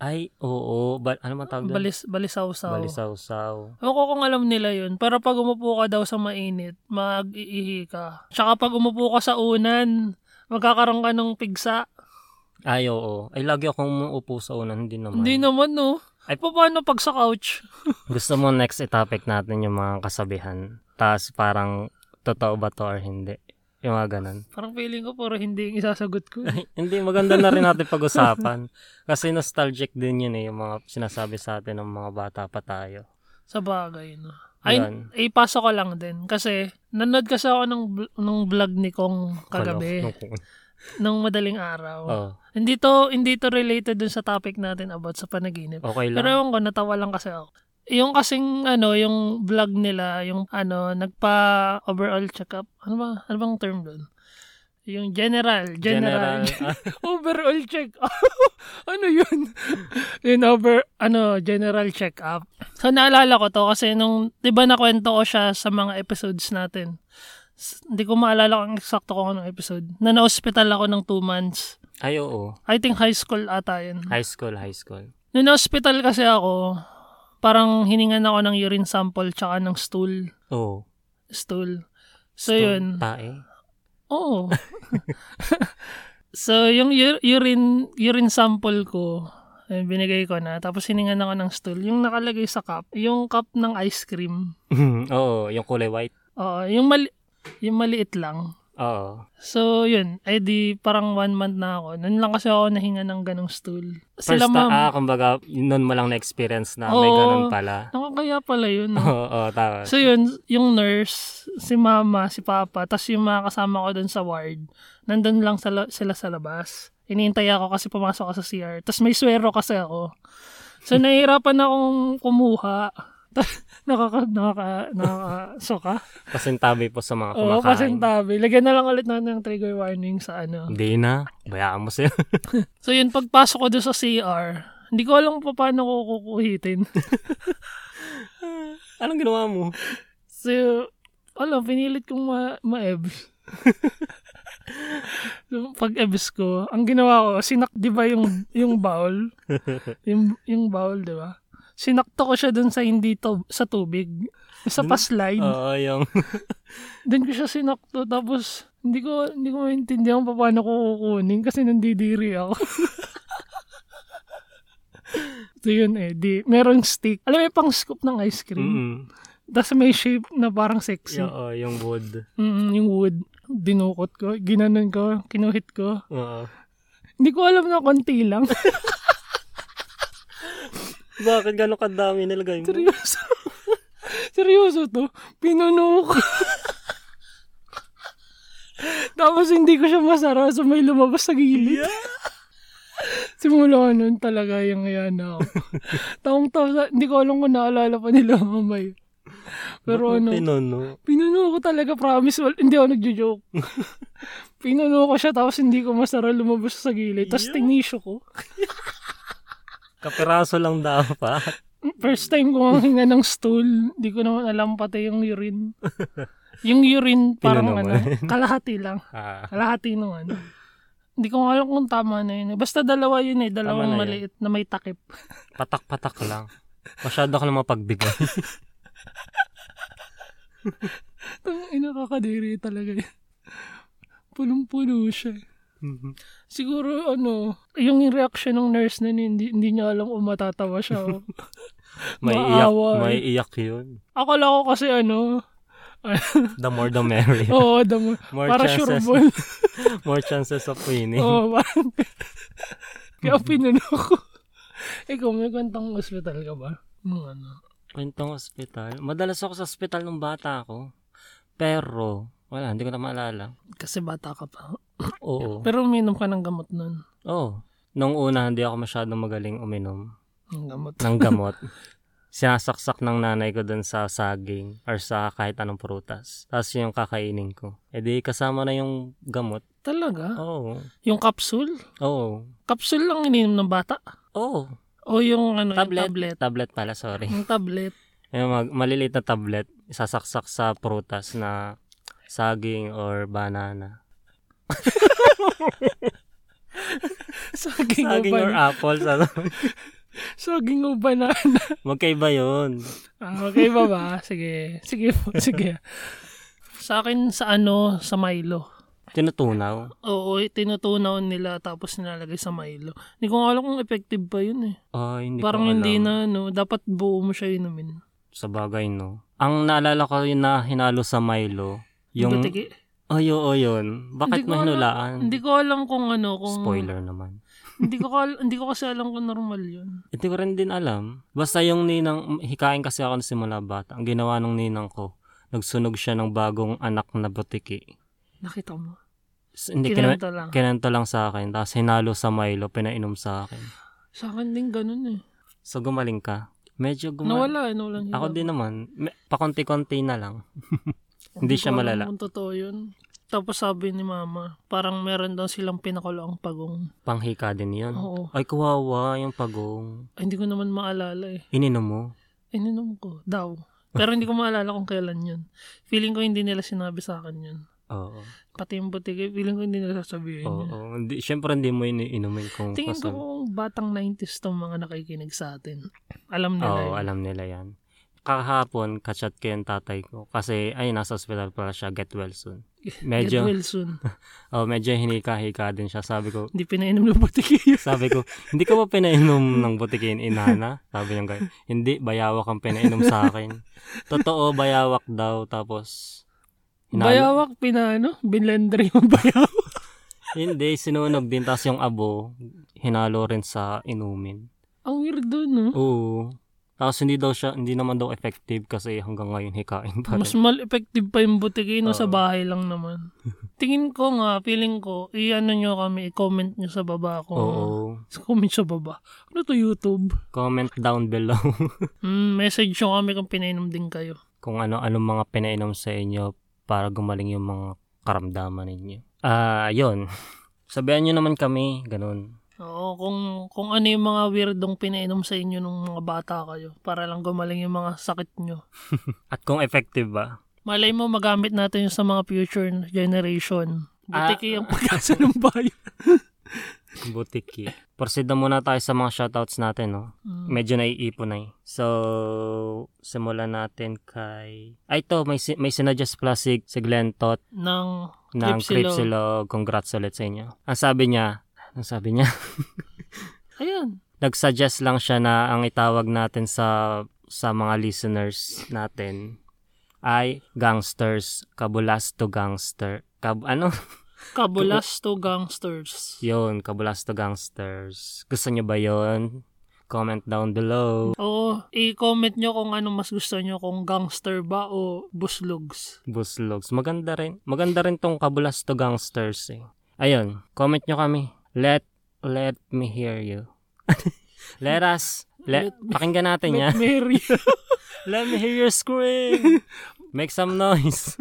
Speaker 1: Ay, oo. Ba- ano man tawag doon?
Speaker 2: balis, balisaw-saw.
Speaker 1: Balisaw-saw.
Speaker 2: Ewan ko kung alam nila yun. Pero pag umupo ka daw sa mainit, mag-iihi ka. Tsaka pag umupo ka sa unan, magkakaroon ka ng pigsa.
Speaker 1: Ay, oo. Ay, lagi akong umuupo sa unan. Hindi naman.
Speaker 2: Hindi naman, no?
Speaker 1: Ay-
Speaker 2: Ay, paano pag sa couch?
Speaker 1: Gusto mo next topic natin yung mga kasabihan. Tapos parang totoo ba to or hindi. Yung mga ganun.
Speaker 2: Parang feeling ko, puro hindi yung isasagot ko. eh.
Speaker 1: hindi, maganda na rin natin pag-usapan. Kasi nostalgic din yun eh, yung mga sinasabi sa atin ng mga bata pa tayo.
Speaker 2: sa bagay, no? Ay,
Speaker 1: Yan.
Speaker 2: ipasok ko lang din. Kasi, nanood kasi ako ng, bl- ng vlog ni Kong
Speaker 1: Kalo-
Speaker 2: kagabi.
Speaker 1: nung-
Speaker 2: Nung madaling araw.
Speaker 1: Oh,
Speaker 2: Hindi to, hindi to related dun sa topic natin about sa panaginip.
Speaker 1: okay lang.
Speaker 2: Pero ewan ko, natawa lang kasi ako. Yung kasing, ano, yung vlog nila, yung, ano, nagpa-overall check-up. Ano ba? Ano bang term doon? Yung general. General.
Speaker 1: General. Ah,
Speaker 2: overall check-up. ano yun? yun, over, ano, general check-up. So, naalala ko to kasi nung, di ba nakwento ko siya sa mga episodes natin. S- Hindi ko maalala kung eksakto ko anong episode. Na na-hospital ako ng two months.
Speaker 1: Ay, oo.
Speaker 2: I think high school ata yun.
Speaker 1: High school, high school.
Speaker 2: Noong hospital kasi ako, parang hiningan ako ng urine sample tsaka ng stool.
Speaker 1: Oo.
Speaker 2: Stool. So,
Speaker 1: Tung-
Speaker 2: yun.
Speaker 1: Tae.
Speaker 2: Oo. so, yung ur- urine, urine sample ko, eh, binigay ko na. Tapos hiningan ako ng stool. Yung nakalagay sa cup, yung cup ng ice cream.
Speaker 1: oo, yung kulay white.
Speaker 2: Oo, yung, mali- yung maliit lang.
Speaker 1: Oo.
Speaker 2: So, yun. Ay di, parang one month na ako. Noon lang kasi ako nahinga ng ganong stool.
Speaker 1: First
Speaker 2: Sila ma'am.
Speaker 1: na, ah, kumbaga, nun mo lang na-experience na may
Speaker 2: Oo.
Speaker 1: ganun pala.
Speaker 2: Nakakaya pala yun. no?
Speaker 1: Oo, oo, tama.
Speaker 2: So yun, yung nurse, si mama, si papa, tapos yung mga kasama ko dun sa ward, nandun lang sa la- sila sa labas. Iniintay ako kasi pumasok ako sa CR. Tapos may swero kasi ako. So nahihirapan akong kumuha. nakaka, nakaka, nakaka, soka.
Speaker 1: Pasintabi po sa mga kumakain.
Speaker 2: Oo, pasintabi. Lagyan na lang ulit natin ng trigger warning sa ano.
Speaker 1: Hindi na. Bayaan mo siya.
Speaker 2: So yun, pagpasok ko dun sa CR, hindi ko alam pa paano ko kukuhitin.
Speaker 1: Anong ginawa mo?
Speaker 2: So, alam, pinilit kong ma- ma-ebs. So, pag ebs ko, ang ginawa ko, sinak, di ba yung, yung bowl? yung, yung bowl, di ba? Sinakto ko siya dun sa hindi to, sa tubig. Sa paslide.
Speaker 1: Oo, yung...
Speaker 2: Dun ko siya sinakto. Tapos, hindi ko, hindi ko maintindihan pa paano ko kukunin kasi nandidiri ako. so, yun eh. Di, merong stick. Alam mo, yung pang scoop ng ice cream.
Speaker 1: Mm-mm.
Speaker 2: Tapos may shape na parang sexy.
Speaker 1: Oo, yung wood.
Speaker 2: Mm, yung wood, dinukot ko, ginanon ko, kinuhit ko.
Speaker 1: Oo.
Speaker 2: Hindi ko alam na konti lang.
Speaker 1: Bakit gano'ng kadami nilagay mo?
Speaker 2: Seryoso. Seryoso to. Pinuno ko. Tapos hindi ko siya masara so may lumabas sa gilid. Simula nun talaga yung yan ako. Taong taon, hindi ko alam kung naalala pa nila mamay. Pero ano,
Speaker 1: Pinuno.
Speaker 2: pinuno ko talaga, promise. Well, hindi ako nagjo-joke. pinuno ko siya, tapos hindi ko masara lumabas sa gilid. Tapos
Speaker 1: Yeah.
Speaker 2: tinisyo ko.
Speaker 1: Kapiraso lang dapat.
Speaker 2: First time ko manghinga ng stool, hindi ko naman alam pati yung urine. Yung urine parang
Speaker 1: Pinuno mo
Speaker 2: ano, kalahati lang.
Speaker 1: Ah,
Speaker 2: Kalahati nung ano. Hindi ko nga alam kung tama na yun. eh. Basta dalawa yun eh.
Speaker 1: Tama na
Speaker 2: Dalawang
Speaker 1: yun.
Speaker 2: maliit na may takip.
Speaker 1: patak-patak lang. Masyado ka lang mapagbigay.
Speaker 2: Ang inakakadiri talaga yun. Punong-puno siya. eh. Siguro ano, yung reaction ng nurse na yun, hindi, hindi niya alam kung matatawa siya. o.
Speaker 1: may iyak,
Speaker 2: Maawa, eh.
Speaker 1: may iyak yun.
Speaker 2: Akala ko kasi ano,
Speaker 1: The more the merrier.
Speaker 2: oo, damo,
Speaker 1: more
Speaker 2: Oh, para sure
Speaker 1: chances,
Speaker 2: Oh. ball.
Speaker 1: more chances of winning.
Speaker 2: Oo, parang, kaya pinuno ko. Ikaw, may kwentang hospital ka ba? Nung ano?
Speaker 1: Kwentong ospital. Madalas ako sa ospital nung bata ako. Pero, wala, hindi ko na maalala.
Speaker 2: Kasi bata ka pa.
Speaker 1: Oo.
Speaker 2: Pero uminom ka ng gamot nun.
Speaker 1: Oo. Nung una, hindi ako masyadong magaling uminom
Speaker 2: Ng gamot.
Speaker 1: ng gamot. Sinasaksak ng nanay ko dun sa saging or sa kahit anong prutas. Tapos yun yung kakainin ko. E di kasama na yung gamot.
Speaker 2: Talaga?
Speaker 1: Oo.
Speaker 2: Yung capsule?
Speaker 1: Oo.
Speaker 2: Capsule lang ininom ng bata?
Speaker 1: Oo.
Speaker 2: O yung ano,
Speaker 1: Tablet.
Speaker 2: yung tablet?
Speaker 1: Tablet pala, sorry.
Speaker 2: Yung tablet.
Speaker 1: Yung mag- maliliit na tablet, isasaksak sa prutas na saging or banana.
Speaker 2: Saging,
Speaker 1: Saging
Speaker 2: o
Speaker 1: or
Speaker 2: banana.
Speaker 1: apple. Sa...
Speaker 2: Saging o banana.
Speaker 1: Magkaiba yun.
Speaker 2: Ah, okay ba ba? Sige. Sige po. Sige. Sa akin, sa ano, sa Milo.
Speaker 1: Tinutunaw.
Speaker 2: Oo, eh, tinutunaw nila tapos nilalagay sa Milo. Hindi ko nga alam kung effective pa yun eh.
Speaker 1: Ay, hindi ko
Speaker 2: Parang
Speaker 1: alam.
Speaker 2: hindi na ano, dapat buo mo siya inumin.
Speaker 1: Sa bagay, no? Ang naalala ko yun na hinalo sa Milo, yung...
Speaker 2: Batiki.
Speaker 1: Ay, oo, yun. Bakit
Speaker 2: Hindi ko
Speaker 1: mo
Speaker 2: alam.
Speaker 1: hinulaan?
Speaker 2: Hindi ko alam kung ano, kung...
Speaker 1: Spoiler naman.
Speaker 2: hindi, ko, kal- hindi ko kasi alam kung normal yun.
Speaker 1: Hindi ko rin din alam. Basta yung ninang, hikain kasi ako ng simula bata. Ang ginawa ng ninang ko, nagsunog siya ng bagong anak na butiki.
Speaker 2: Nakita mo.
Speaker 1: S- hindi, kina-
Speaker 2: Kinanta lang.
Speaker 1: kinanta lang sa akin. Tapos hinalo sa Milo, pinainom sa akin.
Speaker 2: Sa akin din ganun eh.
Speaker 1: So, gumaling ka? Medyo gumaling.
Speaker 2: Nawala eh, nawala yung
Speaker 1: ano. Ako
Speaker 2: laban.
Speaker 1: din naman. Me- Pakonti-konti na lang. hindi
Speaker 2: ko
Speaker 1: siya
Speaker 2: alam
Speaker 1: malala.
Speaker 2: Kung totoo yun. Tapos sabi ni mama, parang meron daw silang pinakulaang pagong.
Speaker 1: Panghika din yun.
Speaker 2: Oo.
Speaker 1: Ay, kawawa yung pagong.
Speaker 2: Ay, hindi ko naman maalala eh.
Speaker 1: Ininom mo.
Speaker 2: Ininom ko. Daw. Pero hindi ko maalala kung kailan yun. Feeling ko hindi nila sinabi sa akin yun.
Speaker 1: Oo.
Speaker 2: Pati yung butike, feeling ko hindi nila sasabihin
Speaker 1: Oo.
Speaker 2: yun.
Speaker 1: Hindi, syempre hindi mo iniinumin kung
Speaker 2: Tingin
Speaker 1: kasal-
Speaker 2: ko kung batang 90s tong mga nakikinig sa atin. Alam nila
Speaker 1: Oo,
Speaker 2: yun.
Speaker 1: alam nila yan. Kahapon, kachat ko yung tatay ko. Kasi, ay, nasa hospital pala siya. Get well soon.
Speaker 2: Get
Speaker 1: Medyo,
Speaker 2: well soon.
Speaker 1: oh, medyo hinika-hika din siya. Sabi ko,
Speaker 2: Hindi pinainom ng butike yun.
Speaker 1: sabi ko, hindi ka ba pinainom ng butikin, inana? Sabi niya ganyan. Hindi, bayawak ang pinainom sa akin. Totoo, bayawak daw. Tapos, hinalo-
Speaker 2: Bayawak, pinano? Binlender yung bayawak.
Speaker 1: Hindi, sinunog din. Tapos yung abo, hinalo rin sa inumin.
Speaker 2: Ang weirdo, no?
Speaker 1: Oo. Tapos hindi daw siya, hindi naman daw effective kasi hanggang ngayon hikain pa
Speaker 2: Mas
Speaker 1: rin.
Speaker 2: mal effective pa yung butike no, sa
Speaker 1: Oo.
Speaker 2: bahay lang naman. Tingin ko nga, feeling ko, i-ano nyo kami, i-comment nyo sa baba kung
Speaker 1: Oo.
Speaker 2: Sa comment sa baba. Ano to YouTube?
Speaker 1: Comment down below
Speaker 2: Mm, message nyo kami kung pinainom din kayo.
Speaker 1: kung ano-anong mga pinainom sa inyo para gumaling yung mga karamdaman ninyo. Ah, yun. Sabihan nyo naman kami, ganun.
Speaker 2: Oo, kung, kung ano yung mga weirdong pinainom sa inyo nung mga bata kayo para lang gumaling yung mga sakit nyo.
Speaker 1: At kung effective ba?
Speaker 2: Malay mo, magamit natin yung sa mga future generation.
Speaker 1: Ah.
Speaker 2: Butiki yung pagkasa ng bayo.
Speaker 1: Butiki. Proceed na muna tayo sa mga shoutouts natin, no?
Speaker 2: Mm.
Speaker 1: Medyo naiipon na eh. So, simulan natin kay... Ay, to, may, si- may sinuggest pala si, si Glenn Tot
Speaker 2: ng
Speaker 1: ng
Speaker 2: Cripsilog.
Speaker 1: Cripsilog. Congrats ulit sa inyo. Ang sabi niya, ang sabi niya,
Speaker 2: Ayun.
Speaker 1: nagsuggest lang siya na ang itawag natin sa sa mga listeners natin ay gangsters, kabulasto gangster. Kab ano?
Speaker 2: Kabulasto Gangsters.
Speaker 1: Yun, kabulasto gangsters. Gusto niyo ba yon? Comment down below.
Speaker 2: Oo, i-comment nyo kung ano mas gusto nyo, kung gangster ba o buslogs.
Speaker 1: Buslogs. Maganda rin. Maganda rin tong kabulasto gangsters eh. Ayun, comment nyo kami. Let, let me hear you. let us, Le- pakinggan natin
Speaker 2: Ma-
Speaker 1: yan.
Speaker 2: Mary.
Speaker 1: Let me hear your scream. Make some noise.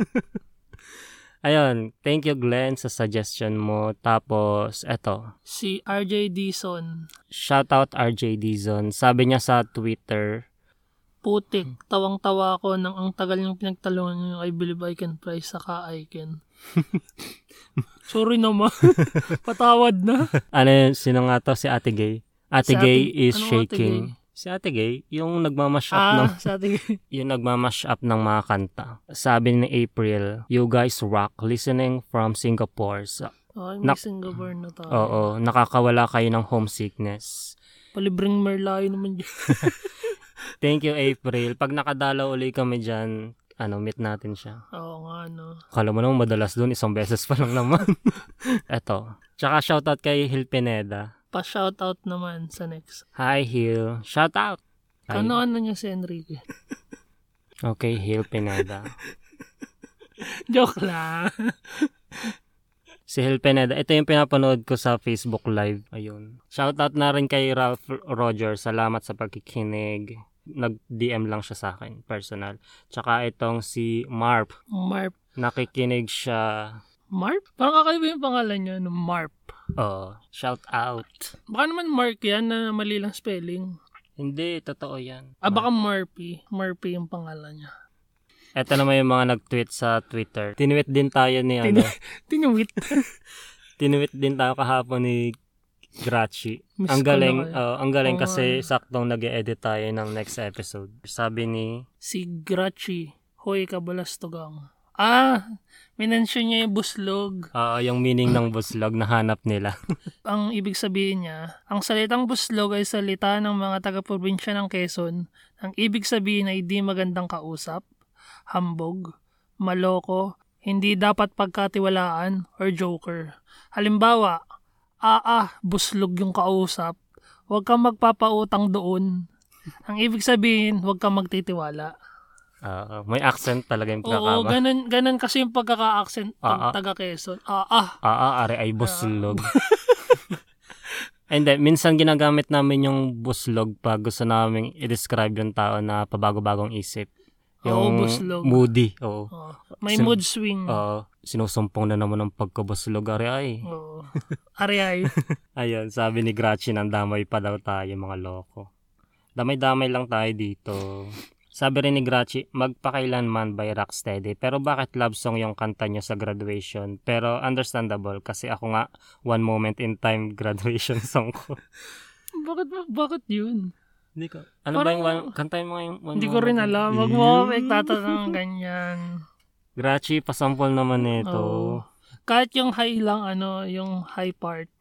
Speaker 1: Ayun, thank you Glenn sa suggestion mo. Tapos, eto.
Speaker 2: si RJ Dison.
Speaker 1: Shoutout RJ Dizon. Sabi niya sa Twitter,
Speaker 2: Putik. Tawang-tawa ako nang ang tagal niyang pinagtalungan niyo yung I Believe I Can Fly saka I Can. Sorry naman. Patawad na.
Speaker 1: ano yun, sino nga to? Si Ate Gay. Ate
Speaker 2: Si Ate-
Speaker 1: Gay is
Speaker 2: anong Ate
Speaker 1: shaking. Si Ate Gay, yung nagmamash up ng
Speaker 2: ah, sa ating...
Speaker 1: yung nagmamash up ng mga kanta. Sabi ni April, you guys rock listening from Singapore. Sa-
Speaker 2: Oh, may
Speaker 1: Nak- Oh.
Speaker 2: Singapore na tayo.
Speaker 1: Oo, nakakawala kayo ng homesickness.
Speaker 2: Palibring Merlayo naman dyan.
Speaker 1: Thank you, April. Pag nakadalaw uli kami dyan, ano, meet natin siya.
Speaker 2: Oo nga, no.
Speaker 1: Akala mo naman madalas dun, isang beses pa lang naman. Eto. Tsaka shoutout kay Hil Pineda.
Speaker 2: Pa-shoutout naman sa next.
Speaker 1: Hi, Hil. Shoutout! Hi.
Speaker 2: Ano-ano niya si Enrique?
Speaker 1: Okay, Hil Pineda.
Speaker 2: Joke lang.
Speaker 1: Si Hil Pineda. Ito yung pinapanood ko sa Facebook Live. Ayun. Shoutout na rin kay Ralph Roger. Salamat sa pagkikinig. Nag-DM lang siya sa akin, personal. Tsaka itong si Marp.
Speaker 2: Marp.
Speaker 1: Nakikinig siya.
Speaker 2: Marp? Parang kakaiba yung pangalan niya, no? Marp.
Speaker 1: Oh, shout out.
Speaker 2: Baka naman Mark yan na mali lang spelling.
Speaker 1: Hindi, totoo yan.
Speaker 2: Ah, baka Murphy. Murphy yung pangalan niya.
Speaker 1: Ito naman yung mga nag-tweet sa Twitter. Tinweet din tayo ni ano.
Speaker 2: Tinuwit.
Speaker 1: Tinweet din tayo kahapon ni Grachi.
Speaker 2: Miss
Speaker 1: Ang
Speaker 2: ko na
Speaker 1: galing,
Speaker 2: kayo.
Speaker 1: oh, ang galing
Speaker 2: Oo
Speaker 1: kasi
Speaker 2: nga.
Speaker 1: saktong nag edit tayo ng next episode. Sabi ni,
Speaker 2: si Grachi. Hoy, kabalastogang. Ah, minention niya yung buslog.
Speaker 1: ah, yung meaning ng buslog na hanap nila.
Speaker 2: Ang ibig sabihin niya, ang salitang buslog ay salita ng mga taga-probinsya ng Quezon. Ang ibig sabihin ay di magandang kausap, hambog, maloko, hindi dapat pagkatiwalaan, or joker. Halimbawa, aa, buslog yung kausap, huwag kang magpapautang doon. Ang ibig sabihin, huwag kang magtitiwala.
Speaker 1: Ah, may accent talaga yung
Speaker 2: Oo,
Speaker 1: pinakama.
Speaker 2: ganun, ganun kasi yung pagkaka-accent
Speaker 1: Aa.
Speaker 2: pag taga-Quezon.
Speaker 1: Ah,
Speaker 2: Aa,
Speaker 1: ah, are ay buslog. And then, minsan ginagamit namin yung buslog pag gusto namin i-describe yung tao na pabago-bagong isip.
Speaker 2: Oo,
Speaker 1: Yung
Speaker 2: buslog.
Speaker 1: moody. Oo.
Speaker 2: Oo, may
Speaker 1: Sin-
Speaker 2: mood swing.
Speaker 1: Ah, sinusumpong na naman ng pagkabuslog, are ay.
Speaker 2: Oo. Ariay.
Speaker 1: Ayun, sabi ni Grachi, nang damay pa daw tayo mga loko. Damay-damay lang tayo dito. Sabi rin ni Grachi, magpakailanman by Rocksteady. Pero bakit love song yung kanta nyo sa graduation? Pero understandable kasi ako nga, one moment in time graduation song ko.
Speaker 2: bakit ba- bakit yun?
Speaker 1: Hindi ko. Ano ba
Speaker 2: Parang-
Speaker 1: yung one, kanta yung mga yung one
Speaker 2: Hindi ko
Speaker 1: moment
Speaker 2: rin
Speaker 1: in-
Speaker 2: alam. Wag mo ako magtatanong ng ganyan.
Speaker 1: Grachi, pasampol naman nito.
Speaker 2: Oo. Kahit yung high lang, ano, yung high part.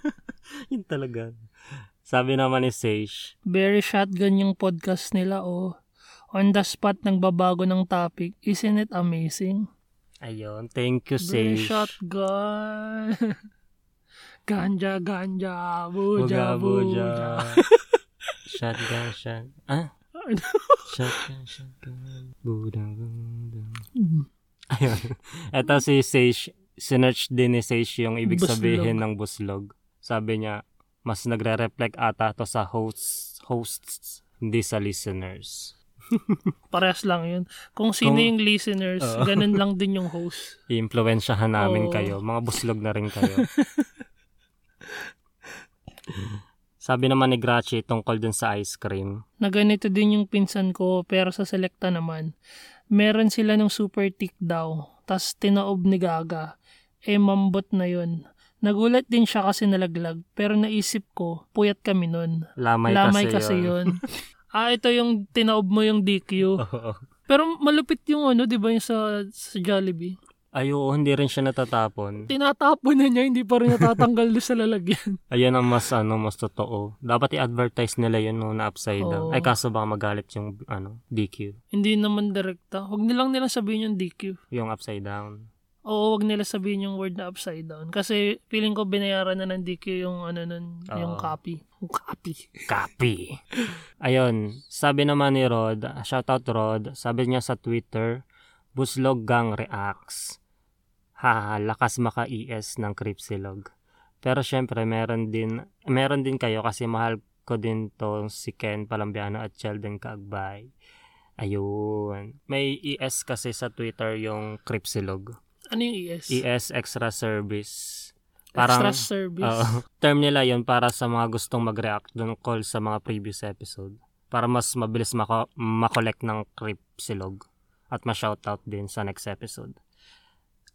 Speaker 1: Yun talaga. Sabi naman ni Sage,
Speaker 2: Very shotgun yung podcast nila, oh. On the spot, nagbabago ng topic. Isn't it amazing?
Speaker 1: ayun, thank you
Speaker 2: Very
Speaker 1: Sage.
Speaker 2: shotgun. ganja, ganja, buja,
Speaker 1: Buja, buja.
Speaker 2: buja.
Speaker 1: shotgun, shotgun. Ah?
Speaker 2: Ano?
Speaker 1: shotgun, shotgun. Buda, buda. Ayun. Ito si Sage. Sinerch din ni Sage yung ibig
Speaker 2: Buslog.
Speaker 1: sabihin ng buslog. Sabi niya, mas nagre-reflect ata to sa hosts, hosts hindi sa listeners.
Speaker 2: Parehas lang yun. Kung sino
Speaker 1: Kung-
Speaker 2: yung listeners,
Speaker 1: Oo.
Speaker 2: ganun lang din yung host.
Speaker 1: Iimpluwensyahan namin
Speaker 2: Oo.
Speaker 1: kayo. Mga buslog na rin kayo. Sabi naman ni Grachi tungkol dun sa ice cream.
Speaker 2: na ganito din yung pinsan ko pero sa selekta naman. Meron sila ng super thick daw, tas tinaob ni Gaga. Eh mambot na yun. Nagulat din siya kasi nalaglag pero naisip ko, puyat kami nun.
Speaker 1: Lamay,
Speaker 2: Lamay
Speaker 1: kasi,
Speaker 2: kasi
Speaker 1: yun.
Speaker 2: yun. ah, ito yung tinaob mo yung DQ.
Speaker 1: Oo.
Speaker 2: Pero malupit yung ano, di ba yung sa, sa Jollibee?
Speaker 1: Ay, oo, hindi rin siya natatapon.
Speaker 2: Tinatapon na niya, hindi pa rin natatanggal doon sa lalagyan.
Speaker 1: Ayan ang mas, ano, mas totoo. Dapat i-advertise nila yun no, na upside down.
Speaker 2: Oo.
Speaker 1: Ay, kaso baka magalit yung, ano, DQ.
Speaker 2: hindi naman direkta. Huwag nilang nilang sabihin yung DQ.
Speaker 1: Yung upside down.
Speaker 2: Oo, wag nila sabihin yung word na upside down. Kasi feeling ko binayaran na ng DQ yung ano nun, yung
Speaker 1: Oo.
Speaker 2: copy. Yung copy.
Speaker 1: Copy. Ayun, sabi naman ni Rod, shoutout Rod, sabi niya sa Twitter, Buslog Gang Reacts. Haha, lakas maka-ES ng Cripsilog. Pero syempre, meron din, meron din kayo kasi mahal ko din to si Ken Palambiano at Sheldon Kaagbay. Ayun. May ES kasi sa Twitter yung Cripsilog.
Speaker 2: Ano yung ES?
Speaker 1: ES Extra Service.
Speaker 2: Extra
Speaker 1: E Parang,
Speaker 2: service.
Speaker 1: Oo. term nila yon para sa mga gustong mag-react dun call sa mga previous episode. Para mas mabilis mako- makollect ng Cripsilog at ma-shoutout din sa next episode.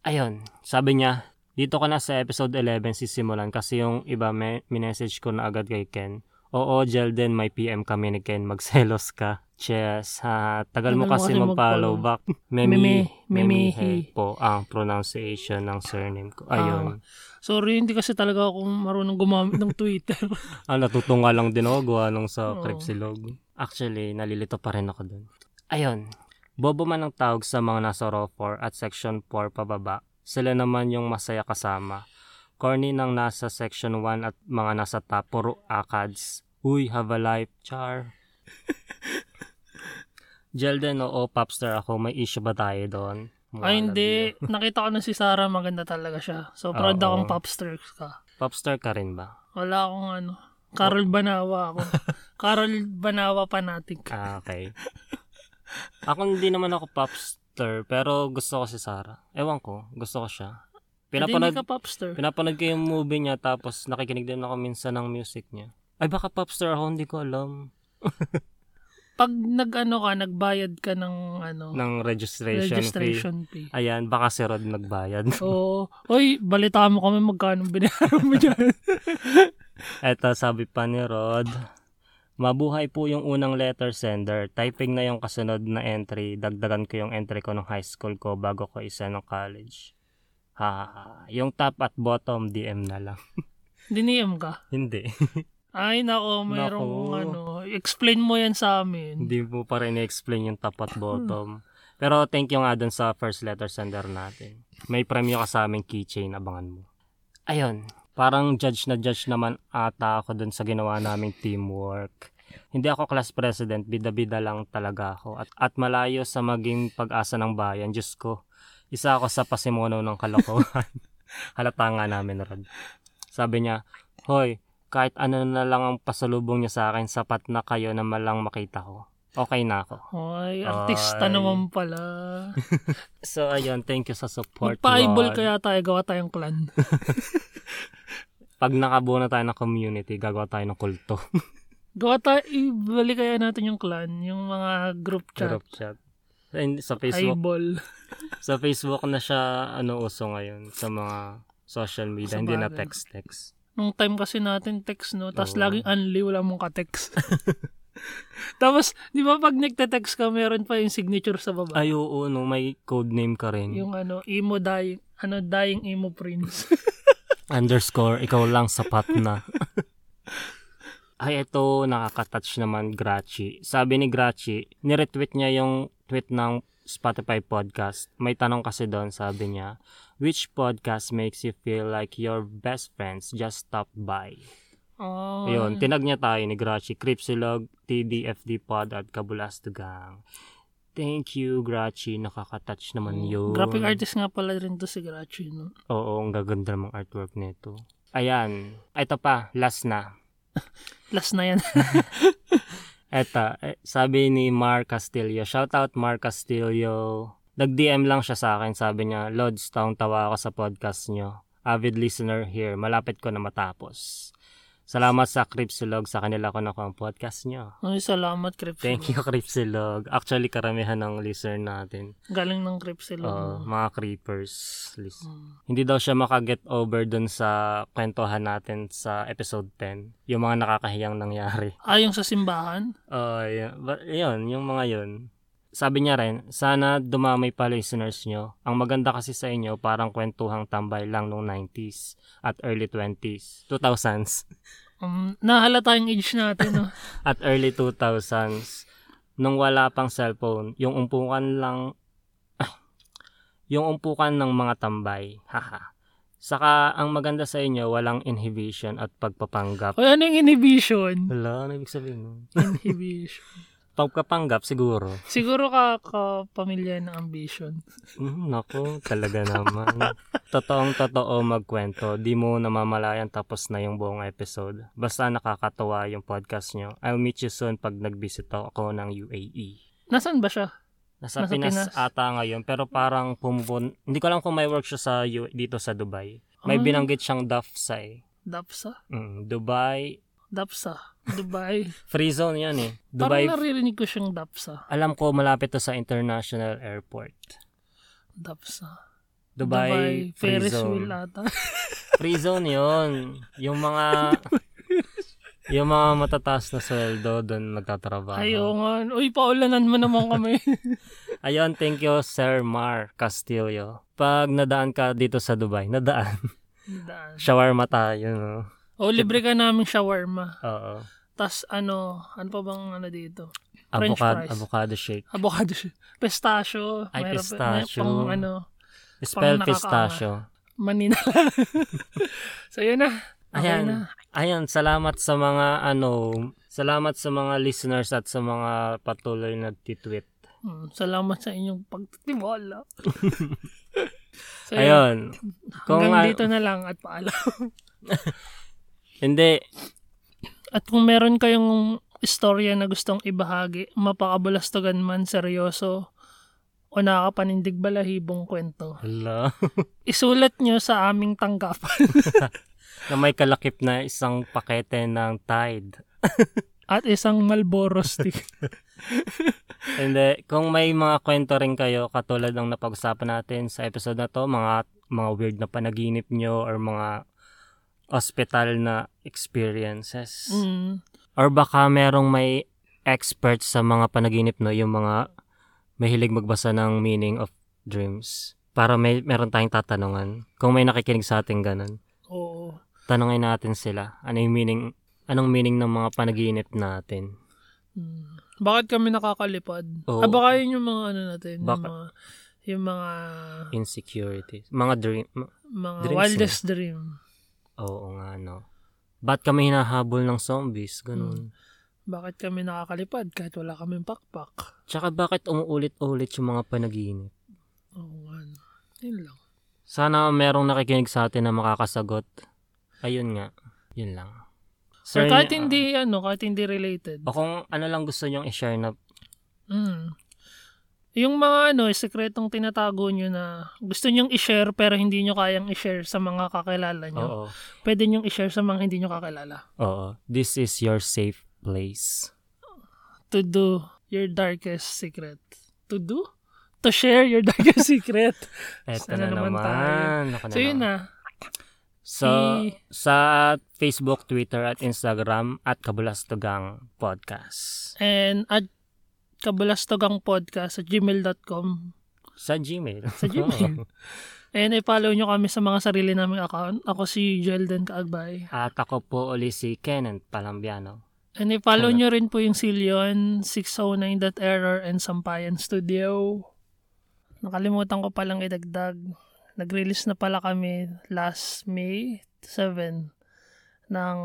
Speaker 1: Ayun, sabi niya, dito ko na sa episode 11 sisimulan kasi yung iba me- minessage ko na agad kay Ken. Oo, Jelden, may PM kami ni Ken. Magselos ka. Cheers. Ha, tagal mo
Speaker 2: Tagal mo
Speaker 1: kasi
Speaker 2: kasi
Speaker 1: mag-follow
Speaker 2: mag-follow.
Speaker 1: back. Memi,
Speaker 2: Mimi-
Speaker 1: Memi,
Speaker 2: Mimihi.
Speaker 1: po ang pronunciation ng surname ko. Ayun.
Speaker 2: Sorry, hindi kasi talaga ako marunong gumamit ng Twitter.
Speaker 1: Ah, natutunga lang din ako gawa nung sa
Speaker 2: Oo.
Speaker 1: Crepsilog. Actually, nalilito pa rin ako dun. Ayun, bobo man ang tawag sa mga nasa row 4 at section 4 pababa. Sila naman yung masaya kasama. Corny ng nasa section 1 at mga nasa top, puro akads. Uy, have a life, char. Jelden, oo, popstar ako. May issue ba tayo doon?
Speaker 2: Ay, hindi. Nakita ko na si Sarah, maganda talaga siya. So,
Speaker 1: Oo.
Speaker 2: proud akong popster ka.
Speaker 1: Popstar ka rin ba?
Speaker 2: Wala akong ano. Carol Banawa ako. Carol Banawa fanatic.
Speaker 1: Ah, okay. ako hindi naman ako popstar, pero gusto ko si Sarah. Ewan ko, gusto ko siya.
Speaker 2: Pinapanood... Hindi
Speaker 1: Pinapanood,
Speaker 2: ka popster.
Speaker 1: pinapanood ko yung movie niya tapos nakikinig din ako minsan ng music niya. Ay, baka popstar ako, hindi ko alam.
Speaker 2: Pag nag-ano ka, nagbayad ka ng ano,
Speaker 1: Ng registration, fee.
Speaker 2: registration fee.
Speaker 1: Ayan, baka si Rod nagbayad.
Speaker 2: Oo. Oy, balita mo kami magkano binayaran mo dyan.
Speaker 1: Eto, sabi pa ni Rod. Mabuhay po yung unang letter sender. Typing na yung kasunod na entry. Dagdagan ko yung entry ko ng high school ko bago ko isa ng college. Ha, ha, ha. yung top at bottom, DM na lang.
Speaker 2: Diniyam ka.
Speaker 1: Hindi.
Speaker 2: Ay, nako, mayroong
Speaker 1: Nako.
Speaker 2: ano. Explain mo yan sa amin.
Speaker 1: Hindi mo pa rin explain yung top at bottom. Pero thank you nga dun sa first letter sender natin. May premyo ka sa aming keychain, abangan mo. Ayun, parang judge na judge naman ata ako dun sa ginawa naming teamwork. Hindi ako class president, bida-bida lang talaga ako. At, at malayo sa maging pag-asa ng bayan, Diyos ko. Isa ako sa pasimuno ng kalokohan. Halata nga namin, Rod. Sabi niya, Hoy, kahit ano na lang ang pasalubong niya sa akin, sapat na kayo na malang makita ko. Okay na ako.
Speaker 2: Ay, artista
Speaker 1: Ay.
Speaker 2: naman pala.
Speaker 1: So, ayun, thank you sa support.
Speaker 2: Magpa-eyeball
Speaker 1: Lord.
Speaker 2: kaya tayo, gawa tayong clan.
Speaker 1: Pag nakabuo na tayo ng community, gagawa tayo ng kulto.
Speaker 2: Gawa tayo, ibalik kaya natin yung clan, yung mga group chat.
Speaker 1: Group chat. And sa Facebook,
Speaker 2: Eyeball.
Speaker 1: sa Facebook na siya ano uso ngayon sa mga social media,
Speaker 2: Sa
Speaker 1: hindi na
Speaker 2: bagay.
Speaker 1: text text.
Speaker 2: Nung time kasi natin text, no? Tapos
Speaker 1: Oo.
Speaker 2: laging unli, wala mong ka-text. Tapos, di ba pag nagte-text ka, meron pa yung signature sa baba.
Speaker 1: Ay oo, no, may code name ka rin.
Speaker 2: Yung ano, emo dying, ano, dying emo prince.
Speaker 1: Underscore, ikaw lang sapat na. Ay, ito, nakakatouch naman, Grachi. Sabi ni Grachi, niretweet niya yung tweet ng Spotify podcast. May tanong kasi doon, sabi niya, which podcast makes you feel like your best friends just stopped by?
Speaker 2: oh,
Speaker 1: Ayun, tinag niya tayo ni Grachi, Cripsilog, TDFD Pod at Kabulastugang. Thank you, Grachi. Nakakatouch
Speaker 2: Oh.
Speaker 1: naman yun.
Speaker 2: Graphic artist nga pala rin to si Grachi, no?
Speaker 1: Oo, ang gaganda ng artwork nito. Ayan. Ito pa, last na.
Speaker 2: Last na yan.
Speaker 1: Eto, eh, sabi ni Mar Castillo. Shoutout Mar Castillo. Nag-DM lang siya sa akin. Sabi niya, Lods, taong tawa ako sa podcast niyo. Avid listener here. Malapit ko na matapos. Salamat sa Cripsilog sa kanila ko na ang podcast niyo.
Speaker 2: Ay, salamat, Crips.
Speaker 1: Thank you, Cripsilog. Actually, karamihan ng listener natin.
Speaker 2: Galing ng Crips sila.
Speaker 1: Oo,
Speaker 2: no?
Speaker 1: mga creepers. Lis-
Speaker 2: Mm.
Speaker 1: Hindi daw siya makaget over dun sa kwentuhan natin sa episode 10. Yung mga nakakahiyang nangyari.
Speaker 2: Ah, yung sa simbahan?
Speaker 1: Oh, yeah. But, yun, yung mga yun. Sabi niya rin, sana dumamay pa listeners nyo. Ang maganda kasi sa inyo, parang kwentuhang tambay lang nung 90s at early 20s, 2000s,
Speaker 2: Um, nahalata yung age natin, no?
Speaker 1: at early 2000s. Nung wala pang cellphone, yung umpukan lang, yung umpukan ng mga tambay. Haha. Saka, ang maganda sa inyo, walang inhibition at pagpapanggap.
Speaker 2: o, ano yung inhibition?
Speaker 1: Wala, ano ibig sabihin nun?
Speaker 2: Inhibition.
Speaker 1: Pagkapanggap siguro.
Speaker 2: Siguro ka, ka pamilya ng ambition.
Speaker 1: Mm, Nako, talaga naman. Totoong totoo magkwento. Di mo namamalayan tapos na yung buong episode. Basta nakakatawa yung podcast nyo. I'll meet you soon pag nag-visit ako ng E. UAE.
Speaker 2: Nasaan ba siya?
Speaker 1: Nasa,
Speaker 2: Nasa
Speaker 1: Pinas,
Speaker 2: Pinas.
Speaker 1: ata ngayon pero parang pumubun. Hindi ko alam kung may work siya sa U- dito sa Dubai. May
Speaker 2: Ah.
Speaker 1: binanggit siyang DAFSA eh.
Speaker 2: Dapsa?
Speaker 1: Mm, Dubai.
Speaker 2: Dapsa. Dubai.
Speaker 1: Free zone yan eh. Dubai.
Speaker 2: Parang naririnig ko siyang Dapsa.
Speaker 1: alam ko malapit to sa International Airport.
Speaker 2: Dapsa.
Speaker 1: Dubai, free
Speaker 2: Ferris
Speaker 1: zone.
Speaker 2: wheel ata.
Speaker 1: Free zone yun. Yung mga... yung mga matataas na sweldo doon magtatrabaho.
Speaker 2: Ay, oo nga. Uy, paulanan mo naman kami.
Speaker 1: Ayun, thank you Sir Mar Castillo. Pag nadaan ka dito sa Dubai, nadaan.
Speaker 2: Daan.
Speaker 1: Shawarma tayo, no?
Speaker 2: O, libre ka namin shawarma.
Speaker 1: Oo.
Speaker 2: Tapos, ano, ano pa bang ano dito? French
Speaker 1: Avocado,
Speaker 2: fries.
Speaker 1: avocado shake.
Speaker 2: Avocado. siya. Pistachio.
Speaker 1: Ay,
Speaker 2: Mayroon pa-
Speaker 1: pistachio.
Speaker 2: may pang, ano,
Speaker 1: Spell
Speaker 2: nakakaangat.
Speaker 1: pistachio.
Speaker 2: manina. so, yun na. Okay
Speaker 1: Ayan.
Speaker 2: na.
Speaker 1: Ayun, salamat sa mga ano, salamat sa mga listeners at sa mga patuloy na tweet
Speaker 2: Mm, salamat sa inyong pagtitiwala. so, yun.
Speaker 1: Ayun. Kung
Speaker 2: Eh, hanggang
Speaker 1: ah,
Speaker 2: dito na lang at paalam.
Speaker 1: hindi
Speaker 2: At kung meron kayong istorya na gustong ibahagi, mapakabulastogan man, seryoso, o nakakapanindig balahibong kwento,
Speaker 1: Hala.
Speaker 2: isulat nyo sa aming tanggapan
Speaker 1: na may kalakip na isang pakete ng Tide.
Speaker 2: at isang Malboro stick.
Speaker 1: Hindi, kung may mga kwento rin kayo katulad ng napag-usapan natin sa episode na to, mga mga weird na panaginip nyo or mga hospital na experiences.
Speaker 2: Mm.
Speaker 1: Or baka merong may expert sa mga panaginip no, yung mga mahilig magbasa ng meaning of dreams. Para may meron tayong tatanungan. Kung may nakikinig sa atin ganun,
Speaker 2: Oo.
Speaker 1: tanungin natin sila. Ano yung meaning, anong meaning ng mga panaginip natin?
Speaker 2: Mm. Bakit kami nakakalipad?
Speaker 1: Oo.
Speaker 2: Ah, baka yun yung mga ano natin, yung
Speaker 1: Baka-
Speaker 2: mga, yung mga,
Speaker 1: Insecurities. Mga dream. ma-
Speaker 2: mga
Speaker 1: Dreams
Speaker 2: wildest dream.
Speaker 1: Oo nga no. Ba't kami hinahabol ng zombies? Ganun.
Speaker 2: Bakit kami nakakalipad kahit wala kaming pakpak?
Speaker 1: Tsaka bakit umuulit-ulit yung mga panaginip?
Speaker 2: Oo nga. no. Yun lang.
Speaker 1: Sana merong nakikinig sa atin na makakasagot. Ayun nga. Yun lang.
Speaker 2: Or
Speaker 1: Sir,
Speaker 2: kahit
Speaker 1: ah,
Speaker 2: hindi, ano, kahit hindi related.
Speaker 1: O kung ano lang gusto nyong i-share na
Speaker 2: Mm. Yung mga ano, sekretong tinatago nyo na gusto nyong i-share pero hindi nyo kayang i-share sa mga kakilala nyo.
Speaker 1: Oo.
Speaker 2: Pwede nyong i-share sa mga hindi nyo kakilala.
Speaker 1: Oo. This is your safe place.
Speaker 2: To do your darkest secret. To do? To share your darkest secret.
Speaker 1: Eto
Speaker 2: Sana
Speaker 1: na
Speaker 2: naman
Speaker 1: naman.
Speaker 2: tayo.
Speaker 1: Ako Ano na
Speaker 2: so yun
Speaker 1: naman.
Speaker 2: na.
Speaker 1: So,
Speaker 2: Si-
Speaker 1: sa Facebook, Twitter, at Instagram, at Kabulastogang Podcast.
Speaker 2: And at kabalastogang podcast at gmail.com
Speaker 1: Sa Gmail.
Speaker 2: Sa Gmail.
Speaker 1: Oo.
Speaker 2: And i-follow nyo kami sa mga sarili naming account. Ako si Jelden Kaagbay.
Speaker 1: At ako po uli si Kenneth Palambiano.
Speaker 2: And i-follow
Speaker 1: Tama.
Speaker 2: nyo rin po yung Silion, 609.error, and Sampayan Studio. Nakalimutan ko palang idagdag. Nag-release na pala kami last May 7 ng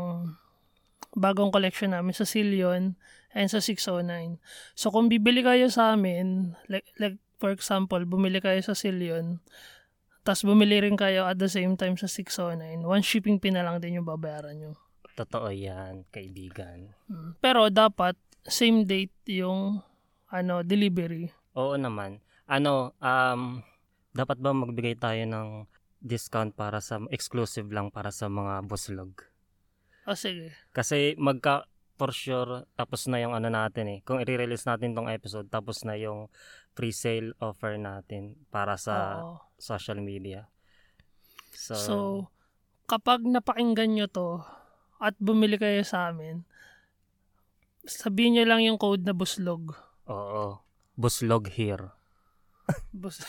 Speaker 2: bagong collection namin sa Silion and sa 609. So kung bibili kayo sa amin, like, like for example, bumili kayo sa Silion, tapos bumili rin kayo at the same time sa 609, one shipping fee na lang din yung babayaran nyo.
Speaker 1: Totoo yan, kaibigan.
Speaker 2: Mm. Pero dapat same date yung ano delivery.
Speaker 1: Oo naman. Ano, um, dapat ba magbigay tayo ng discount para sa, exclusive lang para sa mga buslog?
Speaker 2: O sige.
Speaker 1: Kasi magka for sure tapos na yung ano natin eh. Kung i-release natin tong episode tapos na yung pre-sale offer natin para sa
Speaker 2: Oo.
Speaker 1: social media. So,
Speaker 2: So, kapag napakinggan nyo to at bumili kayo sa amin, sabihin nyo lang yung code na buslog.
Speaker 1: oo. Buslog here.
Speaker 2: Bus-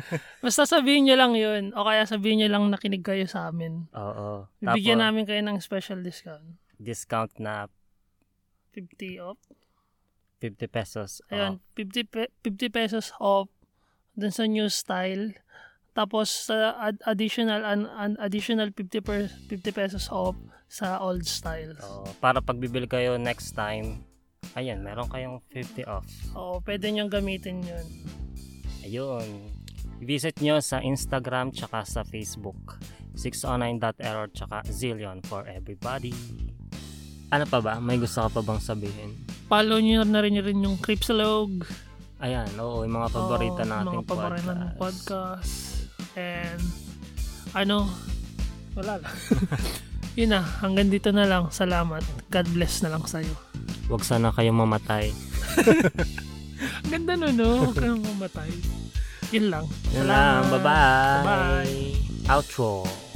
Speaker 2: Basta sabihin nyo lang yun o kaya sabihin nyo lang nakinig kayo sa amin.
Speaker 1: Oo.
Speaker 2: Bigyan
Speaker 1: Tapos,
Speaker 2: namin kayo ng special discount.
Speaker 1: discount na
Speaker 2: 50 off.
Speaker 1: 50 pesos. Oo.
Speaker 2: Ayun, 50, pe- 50 pesos off dun sa new style. Tapos sa ad- additional an, an additional 50 per, 50 pesos off sa old style.
Speaker 1: Oo. Para pagbibili kayo next time, Ayan, meron kayong 50 off.
Speaker 2: Oo, pwede niyong gamitin yun.
Speaker 1: Ayun. Visit nyo sa Instagram tsaka sa Facebook. 609.error tsaka Zillion for everybody. Ano pa ba? May gusto ka pa bang sabihin?
Speaker 2: Follow niyo na rin, rin yung Cripsalog.
Speaker 1: Ayan, oo, yung mga paborita
Speaker 2: Oo,
Speaker 1: nating
Speaker 2: mga paborito ng podcast. And, ano, wala lang. yun na, hanggang dito na lang. Salamat. God bless na lang sa'yo.
Speaker 1: Huwag sana kayong mamatay.
Speaker 2: Ang ganda nun, no? Huwag kang mamatay. Yun lang.
Speaker 1: Yun lang,
Speaker 2: Salamat.
Speaker 1: bye-bye.
Speaker 2: Bye.
Speaker 1: Outro.